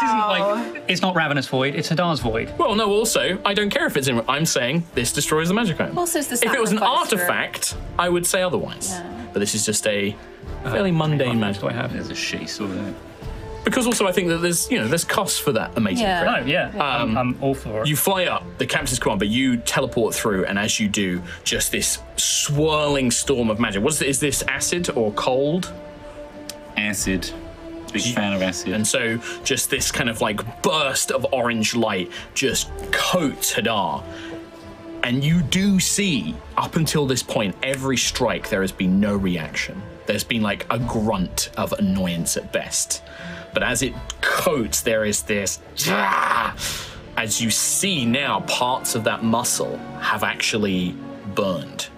C: Ah,
A: isn't like it's not Ravenous Void, it's Hadar's Void.
B: Well, no, also, I don't care if it's in. I'm saying this destroys the magic item.
E: Also, it's the
B: if it was an
E: sacrifice for-
B: artifact, I would say otherwise. But this is just a fairly mundane
A: What
B: magic
A: do I have?
D: There's a shitty sword in it.
B: Because also, I think that there's, you know, there's costs for that amazing
E: Yeah.
B: threat.
A: No, yeah. I'm, I'm all for it.
B: You fly up, the captain's command, but you teleport through, and as you do, just this swirling storm of magic. What's is this acid or cold?
D: Acid. Big fan of acid.
B: And so, just this kind of like burst of orange light just coats Hadar. And you do see, up until this point, every strike, there has been no reaction. There's been like a grunt of annoyance at best. But as it coats, there is this. As you see now, parts of that muscle have actually burned.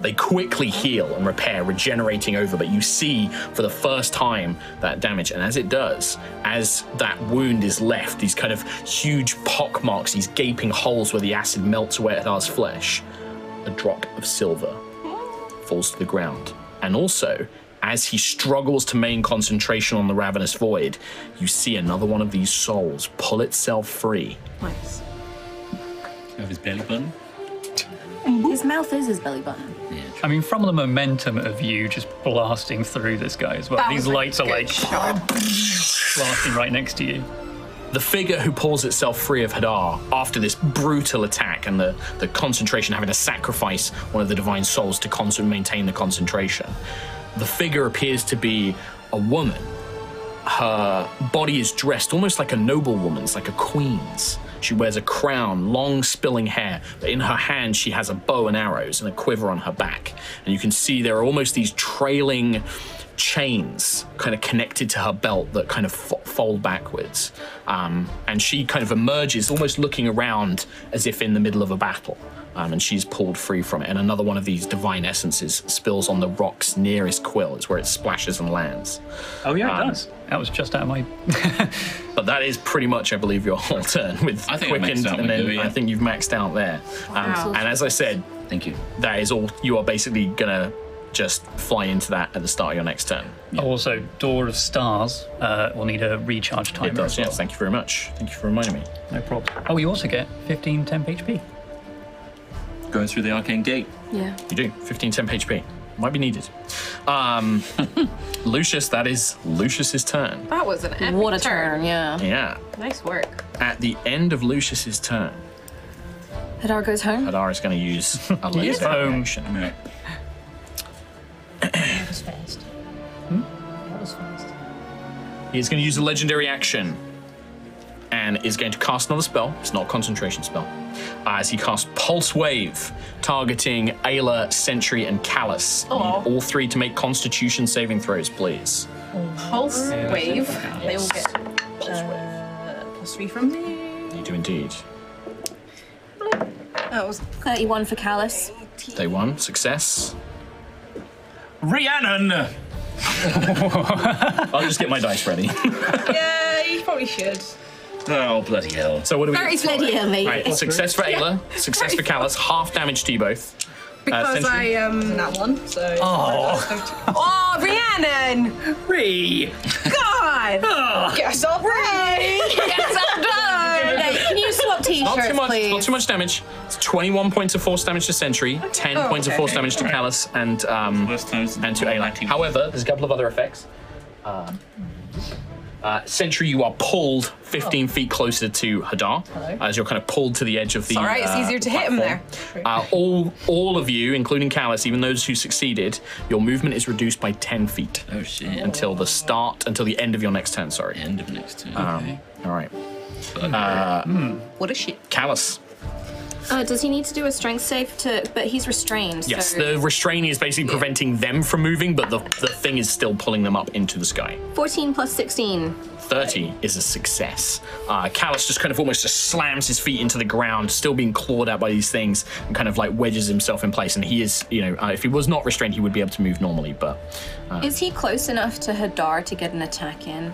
B: They quickly heal and repair, regenerating over, but you see for the first time that damage. And as it does, as that wound is left, these kind of huge pock marks, these gaping holes where the acid melts away at Thar's flesh, a drop of silver falls to the ground. And also, as he struggles to maintain concentration on the ravenous void, you see another one of these souls pull itself free.
C: Nice.
D: Of his belly button.
E: His mouth is his belly button.
A: I mean, from the momentum of you just blasting through this guy as well,
C: That
A: these
C: was a
A: lights are
C: good
A: like
C: shot.
A: blasting right next to you.
B: The figure who pulls itself free of Hadar after this brutal attack and the, the concentration, having to sacrifice one of the divine souls to con- maintain the concentration. The figure appears to be a woman. Her uh, body is dressed almost like a noble woman's, like a queen's. She wears a crown, long spilling hair, but in her hand she has a bow and arrows and a quiver on her back. And you can see there are almost these trailing chains kind of connected to her belt that kind of fo- fold backwards. Um, and she kind of emerges, almost looking around as if in the middle of a battle. Um, and she's pulled free from it. And another one of these divine essences spills on the rocks nearest Quill. It's where it splashes and lands.
A: Oh yeah,
B: Um,
A: it does. That was just out of my.
B: But that is pretty much, I believe, your whole turn with
D: I think I maxed
B: quickened,
D: out
B: and
D: with
B: then
D: you, yeah.
B: I think you've maxed out there. Um, and as I said,
D: Thank you.
B: that is all. You are basically gonna just fly into that at the start of your next turn.
A: Also, Door of Stars uh, will need a recharge timer.
B: It does.
A: as well.
B: Yes. Thank you very much. Thank you for reminding me.
A: No problem. Oh, you also get 15 temp HP.
D: Going through the arcane gate.
E: Yeah.
B: You do. 15, 10 HP. Might be needed. Um, Lucius, that is Lucius's turn.
C: That was an epic
E: What a turn,
D: Oh.
E: yeah.
B: Yeah.
C: Nice work.
B: At the end of Lucius's turn,
E: Hadar goes home.
B: Hadar is going to use a laser
A: home.
B: action.
D: No.
G: That was fast. Hmm? That was fast.
B: He's going to use a legendary action and is going to cast another spell. It's not a concentration spell. As he casts Pulse Wave, targeting Ayla, Sentry, and Callus. Need all three to make Constitution saving throws, please.
C: Pulse wave. They will get
B: Pulse Wave.
C: plus three from me.
B: You do indeed.
C: That was
E: 31 for Callus.
B: Day one, success.
D: Rhiannon! I'll just get my dice ready.
C: yeah. You probably should.
D: oh, bloody hell.
B: So what do we?
E: Very bloody hell, mate.
B: Right, success for Ayla, success for Callus, half damage to you both.
C: Because I
B: Sentry?
C: um.
G: That one. So.
C: Oh, Rhiannon!
A: Three.
C: God. Guess I'll pray. Guess I'm done.
E: Hey, Can you swap
B: Not
E: t-shirts,
B: too much,
E: please?
B: not too much damage. It's 21 points of force damage to Sentry, 10
C: Oh,
B: points of
C: okay.
B: force damage to Callus, and um,
D: Worst times
B: and to Ayla. However, there's a couple of other effects. Um, Uh, uh, Sentry, you are pulled
C: Oh.
B: 15 feet closer to Hadar as you're kind of pulled to the edge of the.
C: all right, it's
B: uh,
C: easier to hit him
B: platform. Uh, all, all of you, including Callus, even those who succeeded, your movement is reduced by 10 feet
D: Oh, shit.
B: until the start, until the end of your next turn. Sorry.
D: End of next turn. okay.
B: All right, Uh, hmm.
C: What a shit.
B: Callus.
E: Uh, does he need to do a strength save to? But he's restrained.
B: Yes,
E: so
B: the restraint is basically preventing them from moving, but the, the thing is still pulling them up into the sky.
E: 14 plus 16.
B: 30 is a success. Uh, Callus just kind of almost just slams his feet into the ground, still being clawed at by these things, and kind of like wedges himself in place. And he is, you know, uh, if he was not restrained, he would be able to move normally, but.
E: Is he close enough to Hadar to get an attack in?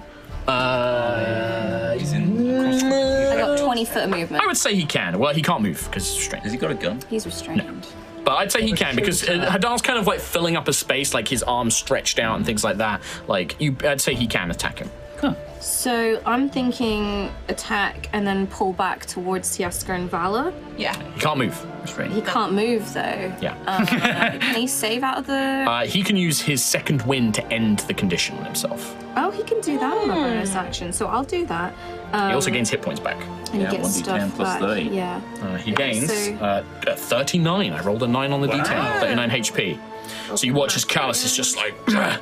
B: Uh,
D: He's in.
E: I got 20 foot of movement.
B: I would say he can. Well, he can't move because he's restrained.
D: Has he got a gun?
E: He's restrained.
B: But I'd say he can because uh, Hadar's kind of like filling up a space, like his arms stretched out and things like that. Like you, I'd say he can attack him.
E: So I'm thinking attack and then pull back towards Tiasker and Vala.
C: Yeah.
B: He can't move.
E: He can't move though.
B: Yeah.
E: Can he save out of the?
B: Uh, he can use his second win to end the condition on himself.
E: Oh, he can do that on a bonus action. So I'll do that.
B: he also gains hit points back.
E: And
D: Yeah,
E: get
D: 1d10
E: stuff
D: plus
E: back.
D: 30.
E: Yeah.
B: Uh, he gains
E: so-
B: uh, uh, 39. I rolled a 9 on the d10, 39 HP. So you watch as Callus is just like.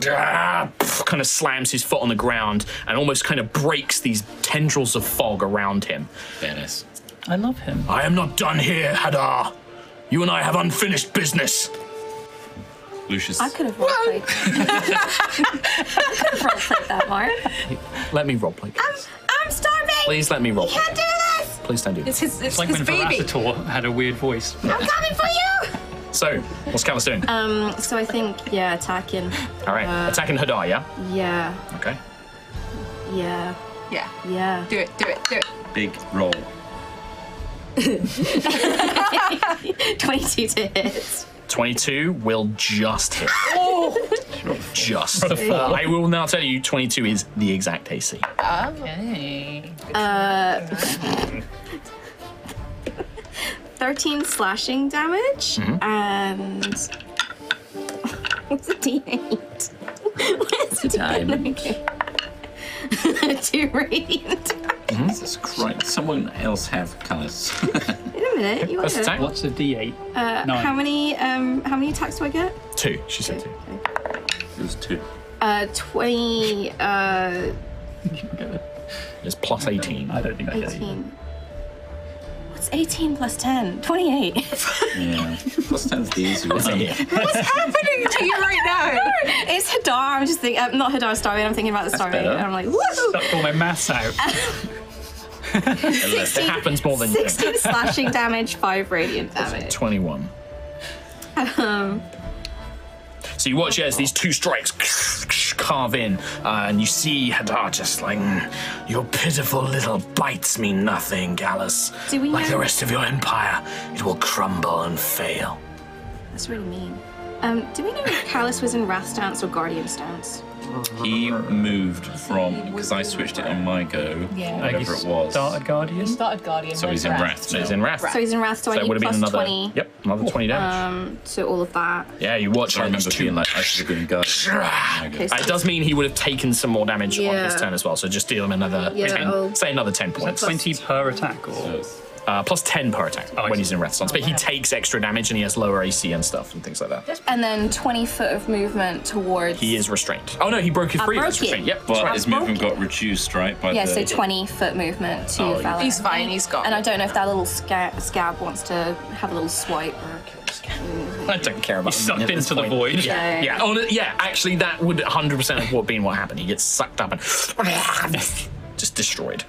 B: Kind of slams his foot on the ground and almost kind of breaks these tendrils of fog around him.
D: Venice.
A: I love him.
B: I am not done here, Hadar. You and I have unfinished business.
D: Lucius.
E: I could have roleplayed. I could have roleplayed that, Mark.
B: Let me roleplay. please.
E: I'm starving.
B: Please let me roleplay.
E: do this.
B: Please don't do
C: It's
B: this.
C: his, it's
A: It's like
C: his
A: when
C: baby.
A: Veracitator had a weird voice.
E: I'm coming for you.
B: So, what's Callus doing?
E: Um, so I think, yeah, attacking.
B: All right, attacking Hadar, yeah?
E: Yeah,
B: Okay.
E: yeah,
C: Yeah.
E: yeah.
C: Do it, do it, do it.
D: Big roll.
E: 22 to hit.
B: 22 will just hit.
A: Oh.
B: just. I will now tell you 22 is the exact AC.
G: Okay.
E: Uh, 13 slashing damage and. What's a d8? What's a d8? Okay. Two radiant.
D: Jesus Christ. Someone else have callus.
E: Wait a minute. You
B: That's
E: wanna-
B: attack.
A: What's a D8?
E: uh,
A: Nine.
E: How many? Um, how many attacks do I get?
B: Two, she said two.
D: it was two.
E: Uh, 20. Uh,
B: It's plus 18.
A: I don't think I get it.
E: 18. What's 18 plus 10? 28.
D: Yeah. Plus 10 is the easy one.
B: Yeah.
C: Happening to you right now.
E: It's Hadar. I'm just thinking, um, not Hadar Starway. I'm thinking about the Starway,
D: better.
E: and I'm like, woo!
A: Sucked all my maths out.
B: It happens more than you think.
E: 16 slashing damage, 5 radiant damage.
B: 21.
E: Um,
B: So you watch as these two strikes carve in, uh, and you see Hadar just like, "Mm, Your pitiful little bites mean nothing, Gallus.
E: Do we
B: like
E: know-
B: the rest of your empire, it will crumble and fail.
E: that's really mean. Um, do we know if Callus was in Wrath Stance or Guardian Stance?
D: He moved from because I switched it on my go,
G: Yeah.
A: Like
D: whatever it was.
A: Started Guardian.
G: Started Guardian.
D: so he's in wrath.
B: So
D: now.
B: he's in wrath.
E: So he's in Wrath, so, I
B: that would
E: need
B: have
E: plus
B: been another.
E: 20
B: Yep, another 20 damage.
E: um, to all of that.
B: yeah, you watch.
D: I remember
B: it's two-
D: being like, I should have been guard.
E: Okay, so
B: It does mean he would have taken some more damage on his
E: Yeah.
B: turn as well. So just deal him another
E: Yeah,
B: 10,
E: I'll-
B: say another 10 points.
A: 20 per attack or
B: Uh, plus 10 per attack
A: I
B: when
A: see.
B: he's in wrath stance. But he takes extra damage and he has lower AC and stuff and things like that.
E: and then 20 foot of movement towards.
B: He is restrained. Oh no, he broke his
E: I
B: free.
E: broke
B: That's
E: it.
B: restrained. Yep. that's
D: But
B: right.
D: his movement got reduced, right? By
E: Yeah,
D: the,
E: so 20 foot movement to
D: Oh,
E: Valor.
C: He's fine, he's gone.
E: And I don't know if that little scab, scab wants to have a little swipe or.
B: I don't care about.
A: He's
B: him
A: sucked
B: at this
A: into the
B: point.
A: void.
B: Yeah, yeah. Oh, no, yeah. Actually, that would 100% have what been what happened. He gets sucked up and just destroyed.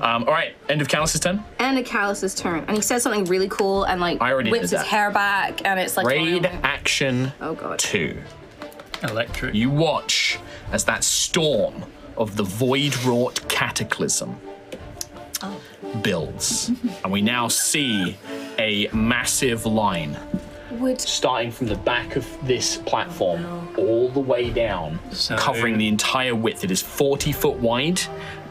B: Um, all right, end of Callus's turn.
E: And a Callus's turn. And he says something really cool and like
B: I already
E: whips
B: did
E: his
B: that.
E: hair back and it's like
B: Raid action
E: Oh god.
B: two.
A: Electric.
B: You watch as that storm of the void wrought cataclysm builds. and we now see a massive line
E: Would
B: starting from the back of this platform all the way down,
A: So-
B: covering the entire width. It is 40 foot wide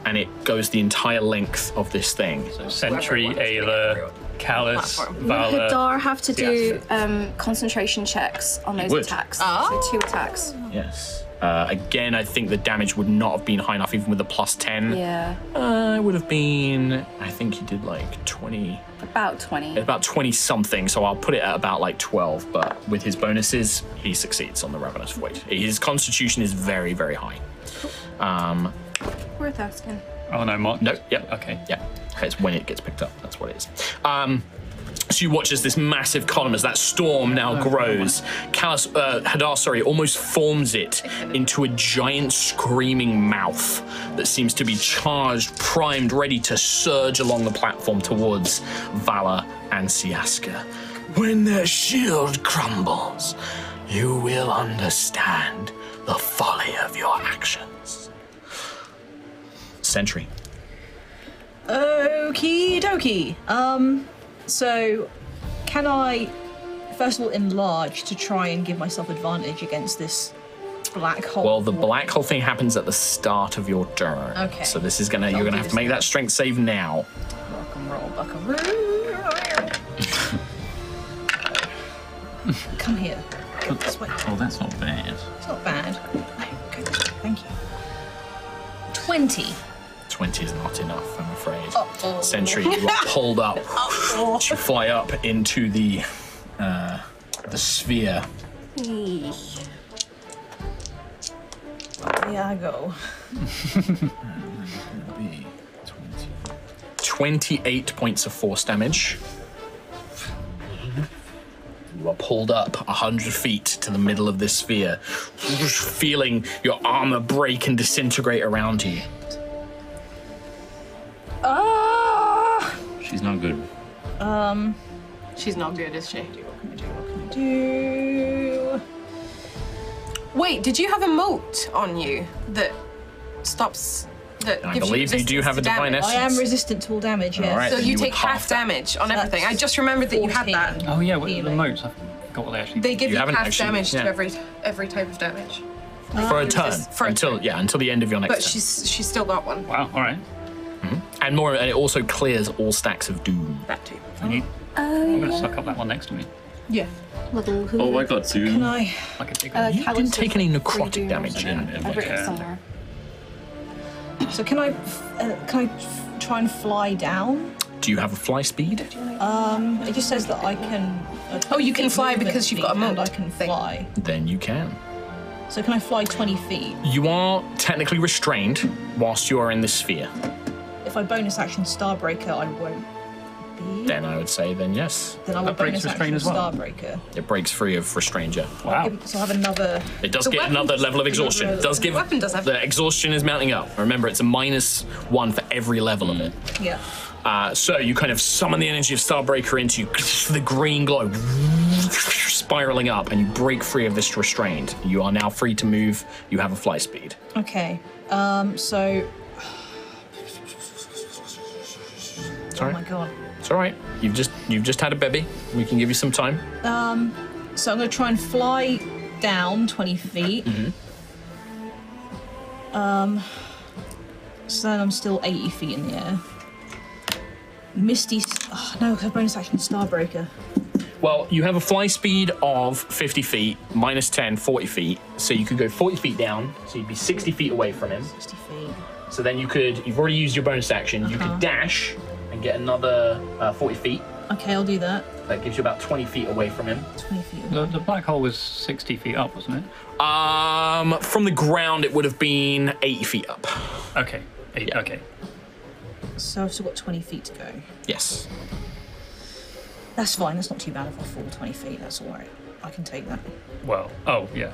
B: and it goes the entire length of this thing.
A: Sentry, Ayla, Callus,
E: would
A: Valor.
E: Hadar have to do um, concentration checks on those
B: would.
E: attacks?
H: Ah.
G: Oh.
E: So two attacks.
B: Yes. Uh, again, I think the damage would not have been high enough, even with a plus 10.
E: Yeah.
B: Uh, it would have been, I think he did like 20,
E: About 20.
B: about 20 something, so I'll put it at about like 12. But with his bonuses, he succeeds on the Ravenous Void. His constitution is very, very high. Um,
E: Worth asking.
A: Oh no, Mark.
B: No. Yep.
A: Okay.
B: Yeah. It's when it gets picked up. That's what it is. Um, so you watch as this massive column, as that storm now grows. Callus, uh, Hadar, sorry, almost forms it into a giant screaming mouth that seems to be charged, primed, ready to surge along the platform towards Valor and Siaska. When their shield crumbles, you will understand the folly of your actions. Sentry.
G: Okie dokie. Um, so can I, first of all, enlarge to try and give myself advantage against this black hole?
B: Well, the black hole thing happens at the start of your turn.
G: Okay.
B: So this is gonna you're gonna
G: do
B: have to
G: this
B: make that strength save now.
G: Rock and roll, buckaroo. Come here. Go this way.
D: Oh, that's not bad.
G: It's not bad. Go this way. Thank you. Twenty.
B: Twenty is not enough, I'm afraid.
G: oh.
B: Sentry, you are pulled up. You fly up into the uh, the sphere.
G: Yeah, I go.
B: 28 points of force damage. You are pulled up 100 feet to the middle of this sphere, feeling your armor break and disintegrate around you.
G: Ah!
D: She's not good.
C: She's not good, is she?
G: Do.
C: Wait, did you have a moat on you that stops? That
B: I
C: gives
B: believe you do
C: resistance
B: have a
C: to damage?
B: divine
G: I am resistant to all damage. Yes.
B: Alright.
C: So
B: Then
C: you,
B: you would
C: take
B: half
C: half
B: that.
C: damage on
G: That's
C: everything. I just remembered that you had that.
G: 14.
A: Oh yeah, what, the
G: Healing.
A: moats. I forgot what they actually.
C: They give
B: You
C: you,
B: haven't
C: half
B: actually-
C: damage
B: yeah.
C: to every every type of damage.
B: for a turn
C: Ah, just- for a
B: until
C: turn.
B: yeah until the end of your next
C: But
B: turn.
C: she's she's still got one.
A: wow. All right.
B: and more and it also clears all stacks of doom
C: That too.
A: I need. I'm gonna suck up that one next to me.
C: Yeah.
E: Little who?
D: Oh, I got two.
G: Can I?
A: Like a big
E: Uh,
A: one.
B: you didn't
E: Callus's
B: take any necrotic
E: redo or
B: damage,
E: something.
D: didn't it?
E: I've written it
A: Yeah.
E: somewhere.
G: So can I? f- Uh, can I f- try and fly down?
B: do you have a fly speed
G: Um, it just says that I can. uh,
C: Oh, you can
G: 20
C: fly
G: movement
C: because you've got a
G: speed and
C: moat
G: I can
C: thing.
G: fly.
B: then you can
G: So can I fly 20 feet?
B: you are technically restrained whilst you are in this sphere
G: If I bonus action Starbreaker, I won't be.
B: then i would say then yes
G: Then I will
A: That breaks
G: bonus
A: restraint
G: action
A: as well.
G: Starbreaker.
B: it breaks free of restranger
A: Wow.
G: So I have another.
B: it does
C: The
B: get
C: weapon-
B: another level of exhaustion it does
G: the
B: give
C: weapon does have-
B: the exhaustion is mounting up remember it's a minus one for every level of it
G: Yeah.
B: Uh, so you kind of summon the energy of Starbreaker into you, the green glow spiraling up, and you break free of this restraint. You are now free to move. You have a fly speed.
G: Okay. Um. So.
B: Sorry,
G: Oh my god.
B: it's all right. You've just you've just had a baby. We can give you some time.
G: So I'm going to try and fly down 20 feet. Um, so then I'm still 80 feet in the air. Misty. s- Oh, no, 'cause bonus action Starbreaker.
B: Well, you have a fly speed of 50 feet, minus 10, 40 feet. So you could go 40 feet down. So you'd be 60 feet away from him.
G: 60 feet.
B: So then you could you've already used your bonus action. You
G: Uh-huh.
B: could dash and get another uh, 40 feet.
G: Okay, I'll do that.
B: That gives you about 20 feet away from him.
G: 20 feet.
A: The, the black hole was 60 feet up, wasn't it?
B: Um, from the ground, it would have been 80 feet up.
A: Okay. Eight, Okay.
G: So I've still got 20 feet to go.
B: Yes.
G: That's fine. That's not too bad if I fall 20 feet. That's all right. I can take that.
A: Well. Oh yeah.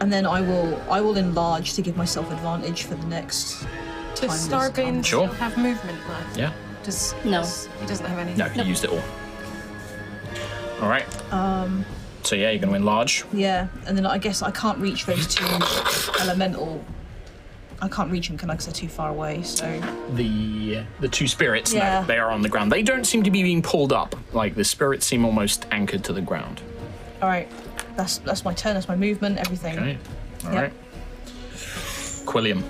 G: And then I will I will enlarge to give myself advantage for the next
C: Does
G: has
C: Starbane
G: come.
B: Sure.
C: still have movement left?
B: Yeah.
C: Does
E: No.
C: He doesn't have any.
B: No, you used it all. All right. Um. So yeah, you're gonna win large.
G: Yeah, and then I guess I can't reach those two elemental. I can't reach them, can I? Because they're too far away. So
B: The the two spirits.
G: Yeah.
B: No, they are on the ground. They don't seem to be being pulled up. Like the spirits seem almost anchored to the ground.
G: all right, that's that's my turn. That's my movement. Everything.
B: Okay. All
G: Yep.
B: right. Quilliam.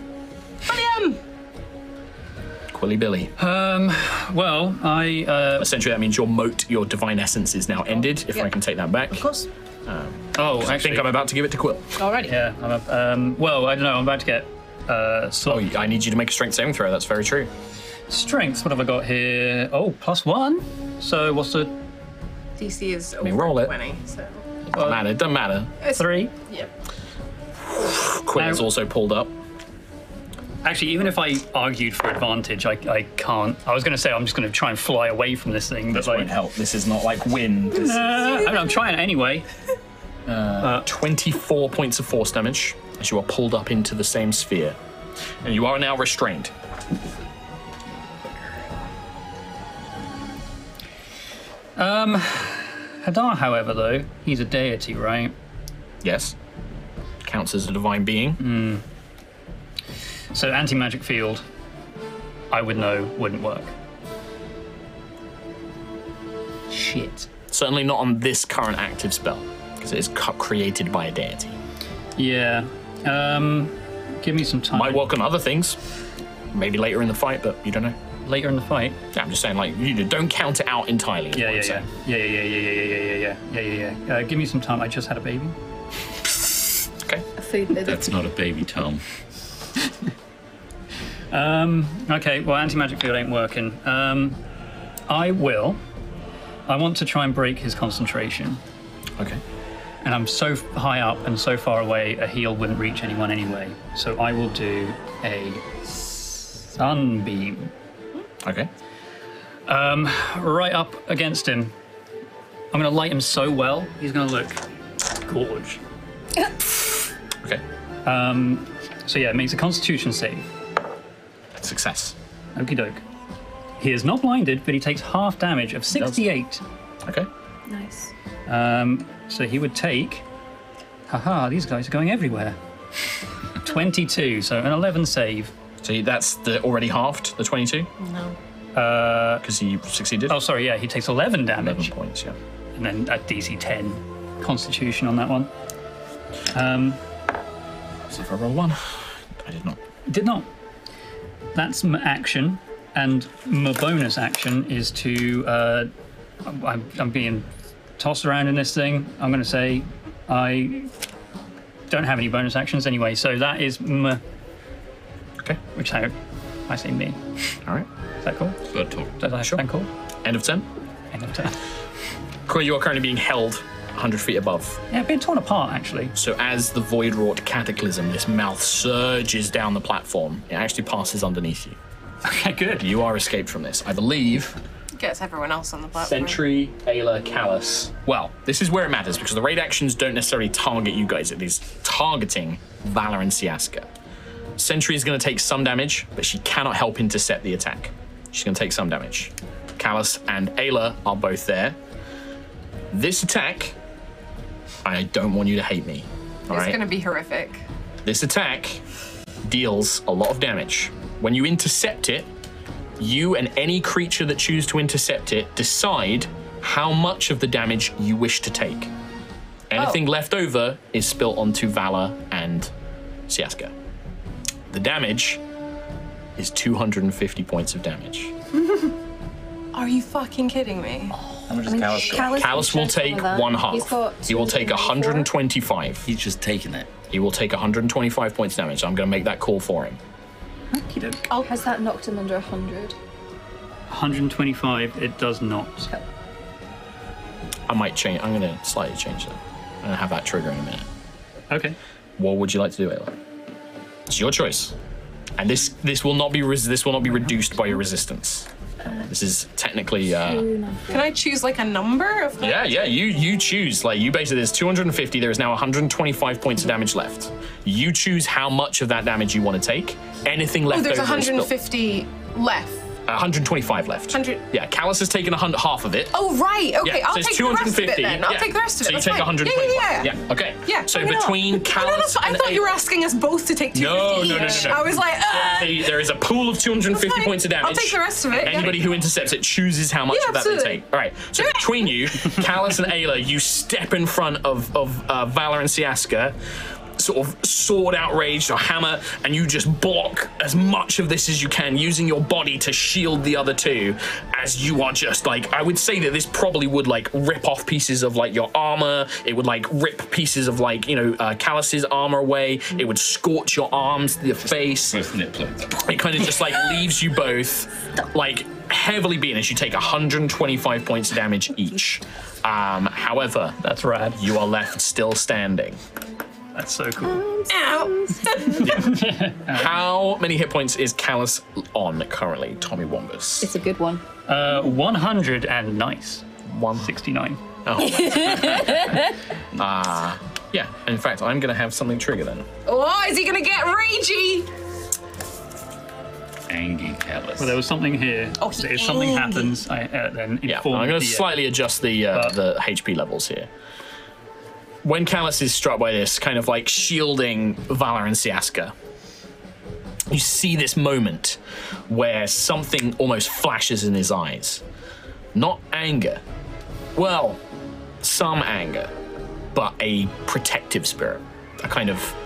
G: William!
B: Quilly Billy.
A: Well, I uh,
B: Essentially, that means your moat, your divine essence, is now ended. If I
G: Yep.
B: can take that back.
G: Of course.
A: oh,
B: I think I'm about to give it to Quill.
G: Alrighty.
A: yeah. I'm up, um, well, I don't know. I'm about to get uh,
B: Oh,
A: sort
B: I need you to make a strength saving throw. That's very true.
A: strength. What have I got here? Oh, plus one. So what's the
C: DC is
B: mean,
C: over
B: roll it.
C: 20, so.
B: Doesn't matter. It doesn't matter.
C: It's-
A: three?
C: Yeah.
B: Quill is
A: Now-
B: also pulled up.
A: Actually, even if I argued for advantage, I, I can't. I was going to say I'm just going to try and fly away from this thing, but
B: This
A: like,
B: won't help. This is not like wind. This
A: Uh, I mean, I'm trying anyway.
B: 24 points of force damage as you are pulled up into the same sphere. And you are now restrained.
A: Hadar, however, though he's a deity, right?
B: Yes? Counts as a divine being.
A: Mm. So anti magic field, I would know wouldn't work. Shit.
B: Certainly not on this current active spell, because it is cu- created by a deity.
A: Yeah. Um, give me some time.
B: Might work on other things. Maybe later in the fight, but you don't know.
A: later in the fight.
B: Yeah, I'm just saying, like, you don't count it out entirely. is
A: Yeah,
B: what
A: yeah,
B: I'm saying.
A: yeah, yeah, yeah, yeah, yeah, yeah, yeah, yeah, yeah, yeah, yeah. Uh, give me some time. I just had a baby.
B: Okay.
E: Food baby.
D: That's not a baby, Tom.
A: Um, okay, well, anti magic field ain't working. Um, I will. I want to try and break his concentration.
B: Okay.
A: And I'm so f- high up and so far away, a heal wouldn't reach anyone anyway. So I will do a sunbeam
B: Okay.
A: right up against him. I'm going to light him so well, he's going to look gorge.
B: Okay.
A: So yeah, it makes a constitution save.
B: Success.
A: Okie doke. He is not blinded, but he takes half damage of 68.
B: Okay.
E: Nice.
A: Um, so he would take. Haha, these guys are going everywhere. 22, so an 11 save.
B: So that's the already halved, the 22,
C: No.
B: because you succeeded.
A: Oh, sorry, yeah, he takes 11
B: 11
A: damage.
B: points, yeah.
A: And then a DC 10 constitution on that one. Um,
B: So if I roll one, I did not.
A: did not. That's my action, and my bonus action is to. Uh, I'm, I'm being tossed around in this thing. I'm going to say I don't have any bonus actions anyway, so that is my,
B: Okay.
A: which I, I say me.
B: All right.
A: Is that cool?
D: But talk.
A: Is that
B: Sure.
A: that cool?
B: End of turn.
A: End of turn.
B: Quill, you are currently being held 100 feet above.
A: Yeah, being torn apart actually.
B: So as the void wrought cataclysm, this mouth surges down the platform. It actually passes underneath you.
A: Okay, good.
B: You are escaped from this. I believe
C: Gets everyone else on the platform.
B: Sentry, Ayla, Callus. Well, this is where it matters because the raid actions don't necessarily target you guys. It is targeting Valor and Siaska. Sentry is going to take some damage, but she cannot help intercept the attack. She's going to take some damage. Callus and Ayla are both there. This attack, I don't want you to hate me. all
C: It's
B: right?
C: going to be horrific.
B: This attack deals a lot of damage. When you intercept it, you and any creature that choose to intercept it decide how much of the damage you wish to take. Anything left over is spilt onto Valor and Siaska. The damage is 250 points of damage.
C: Are you fucking kidding me?
F: How much does Callus got?
E: Callus,
B: Callus will take one
E: He's
B: half.
E: got
B: He will take
E: 224.
B: 125.
D: He's just taking it.
B: He will take 125 points damage. I'm going to make that call for him.
E: Oh, Has that knocked him under 100?
A: 125. It does not.
B: I might change. I'm going to slightly change that. I'm going to have that trigger in a minute.
A: Okay.
B: What would you like to do, Ayla? It's your choice, and this this will not be res- this will not be reduced by your resistance. This is technically. Uh,
E: Ooh, no.
C: Can I choose like a number of
B: yeah, yeah. You you choose. Like you basically there's 250. There is now 125 points of damage left. You choose how much of that damage you want to take. Anything left
C: Oh, there's
B: over. is built-
C: 150 left.
B: 125 left.
C: 100
B: Yeah, Callus has taken a hun- half of it.
C: Oh right, okay.
B: Yeah,
C: I'll
B: so it's
C: take the rest of
B: 250.
C: it then. I'll
B: yeah.
C: take the rest of it.
B: So you
C: that's
B: take
C: fine.
B: 125.
C: Yeah, yeah, yeah.
B: okay.
C: Yeah,
B: So
C: why not?
B: between
C: No, no,
B: Callus
C: that's- I
B: and
C: thought you were
B: Aiden-
C: asasking us both to take 250
B: No, no, no,
C: each.
B: no, no.
C: I was like, uh,
B: They- there is a pool of 250
C: fine.
B: points of damage.
C: I'll take the rest of it, yeah.
B: Anybody who intercepts it chooses how much
C: Yeah,
B: of that they
C: absolutely.
B: take. All right. So
C: Do it.
B: between you, Callus and Ayla, you step in front of of uh, Valor and Siaska, sort of sword outraged or hammer, and you just block as much of this as you can, using your body to shield the other two. As you are just like, I would say that this probably would like rip off pieces of like your armor. It would like rip pieces of like you know uh, Callus's armor away. It would scorch your arms, your face
D: Both nip plates.
B: it kind of just like leaves you both like heavily beaten as you take 125 points of damage each. Um, however,
A: That's rad.
B: you are left still standing.
A: That's so cool.
C: ow.
B: How many hit points is Callus on currently, Tommy Wombus?
E: It's a good one.
A: Uh, 100 and nice.
B: One.
A: 69.
B: Yeah, in fact, I'm going to have something trigger then.
C: Oh, is he gonna get ragey?
D: Angie Callis.
A: Well, there was something here.
C: Oh,
A: so if something
C: and-
A: happens, I uh, then inform
B: Yeah, I'm going
A: the
B: to
A: DM.
B: slightly adjust the uh,
A: But-
B: the HP levels here. When Callus is struck by this, kind of like shielding Valor and Siaska, you see this moment where something almost flashes in his eyes. Not anger, well, some anger, but a protective spirit, a kind of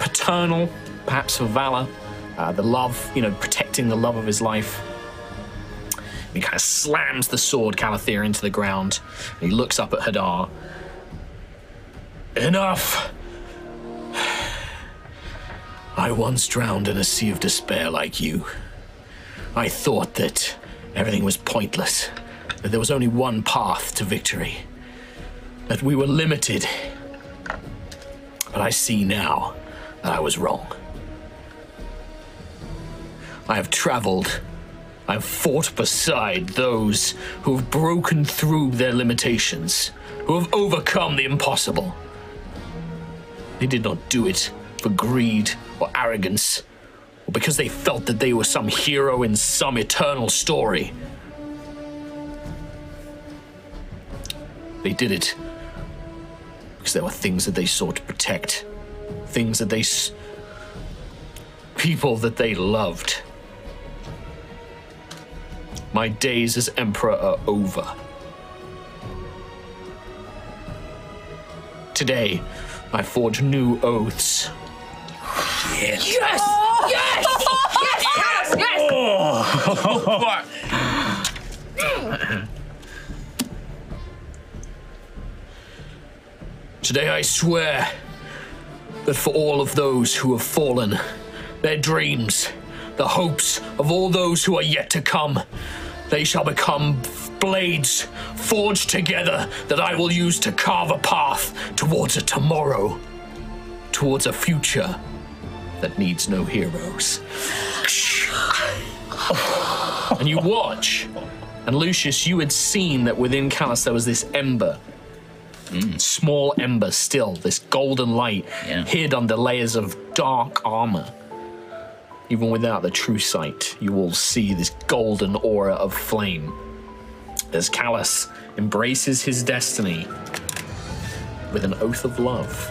B: paternal, perhaps for Valor, uh, the love, you know, protecting the love of his life. He kind of slams the sword Calathea into the ground. And he looks up at Hadar. Enough! I once drowned in a sea of despair like you. I thought that everything was pointless, that there was only one path to victory, that we were limited. But I see now that I was wrong. I have traveled I've fought beside those who have broken through their limitations, who have overcome the impossible. They did not do it for greed or arrogance, or because they felt that they were some hero in some eternal story. They did it because there were things that they sought to protect, things that they. S- people that they loved. My days as emperor are over. Today, I forge new oaths.
C: Yes! Yes! Oh. yes! Yes! Yes!
B: Today, I swear that for all of those who have fallen, their dreams, the hopes of all those who are yet to come, they shall become blades forged together that I will use to carve a path towards a tomorrow, towards a future that needs no heroes. and you watch. And Lucius, you had seen that within Callus there was this ember. Small ember still, this golden light
D: Yeah.
B: hid under layers of dark armor. Even without the true sight, you all see this golden aura of flame. As Callus embraces his destiny with an oath of love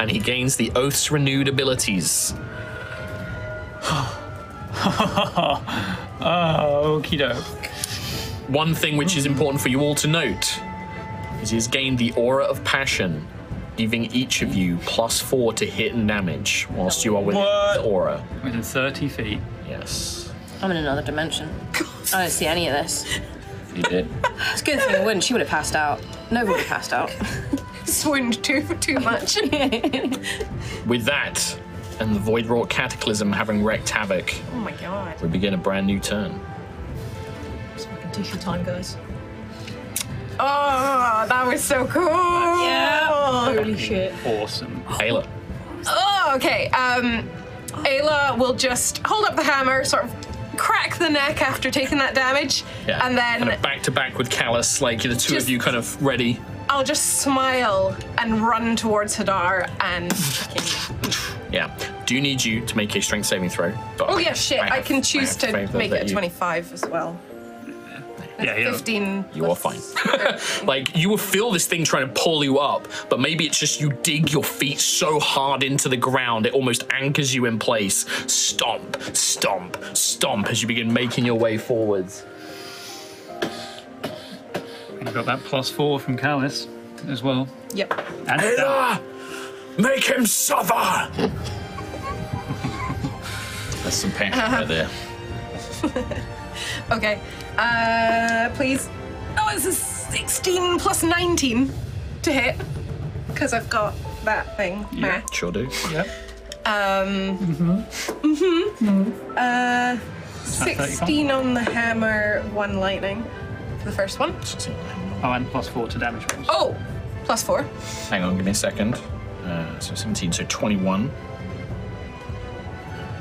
B: and he gains the oath's renewed abilities.
A: Oh, okie doke.
B: One thing which is important for you all to note is he has gained the aura of passion, giving each of you plus four to hit and damage whilst you are within the aura.
A: Within 30 feet.
B: Yes.
H: I'm in another dimension. I don't see any of this.
D: You did.
H: It's a good thing I wouldn't. She would have passed out. Nova would have passed out.
C: Swooned too too much.
B: With that, and the void wrought cataclysm having wreaked havoc,
C: oh my god.
B: we begin a brand new turn.
G: It's fucking tissue time, guys.
C: Oh, that was so cool.
G: Holy shit.
A: Awesome.
B: Ayla.
C: Oh, okay. Um, Ayla will just hold up the hammer, sort of crack the neck after taking that damage,
B: Yeah.
C: and
B: kind
C: then
B: of back to back with Callus, like the two of
C: Just-
B: you kind of ready.
C: I'll just smile and run towards Hadar and. fucking-
B: Yeah. Do you need you to make a strength saving throw? But
C: Oh yeah, shit! I,
B: have-
C: can choose
B: have
C: to
B: faith
C: make
B: that
C: it a
B: you-
C: 25 as well.
A: Yeah, yeah.
C: Fifteen.
B: You are fine. like you will feel this thing trying to pull you up, but maybe it's just you dig your feet so hard into the ground it almost anchors you in place. Stomp, stomp, stomp as you begin making your way forwards.
A: I've got that plus four from Callus as well.
G: Yep.
A: And that.
B: Ah, make him suffer.
D: That's some passion right there.
C: Okay. Uh, please. Oh, it's a 16 plus 19 to hit because I've got that thing. Meh.
B: Sure do.
C: Um. Mhm. Mhm. Uh, 16 on the hammer, one lightning for the first one.
A: Oh, and plus four to damage rolls.
C: Oh, plus four.
B: Hang on, give me a second. Uh, so 17, so 21.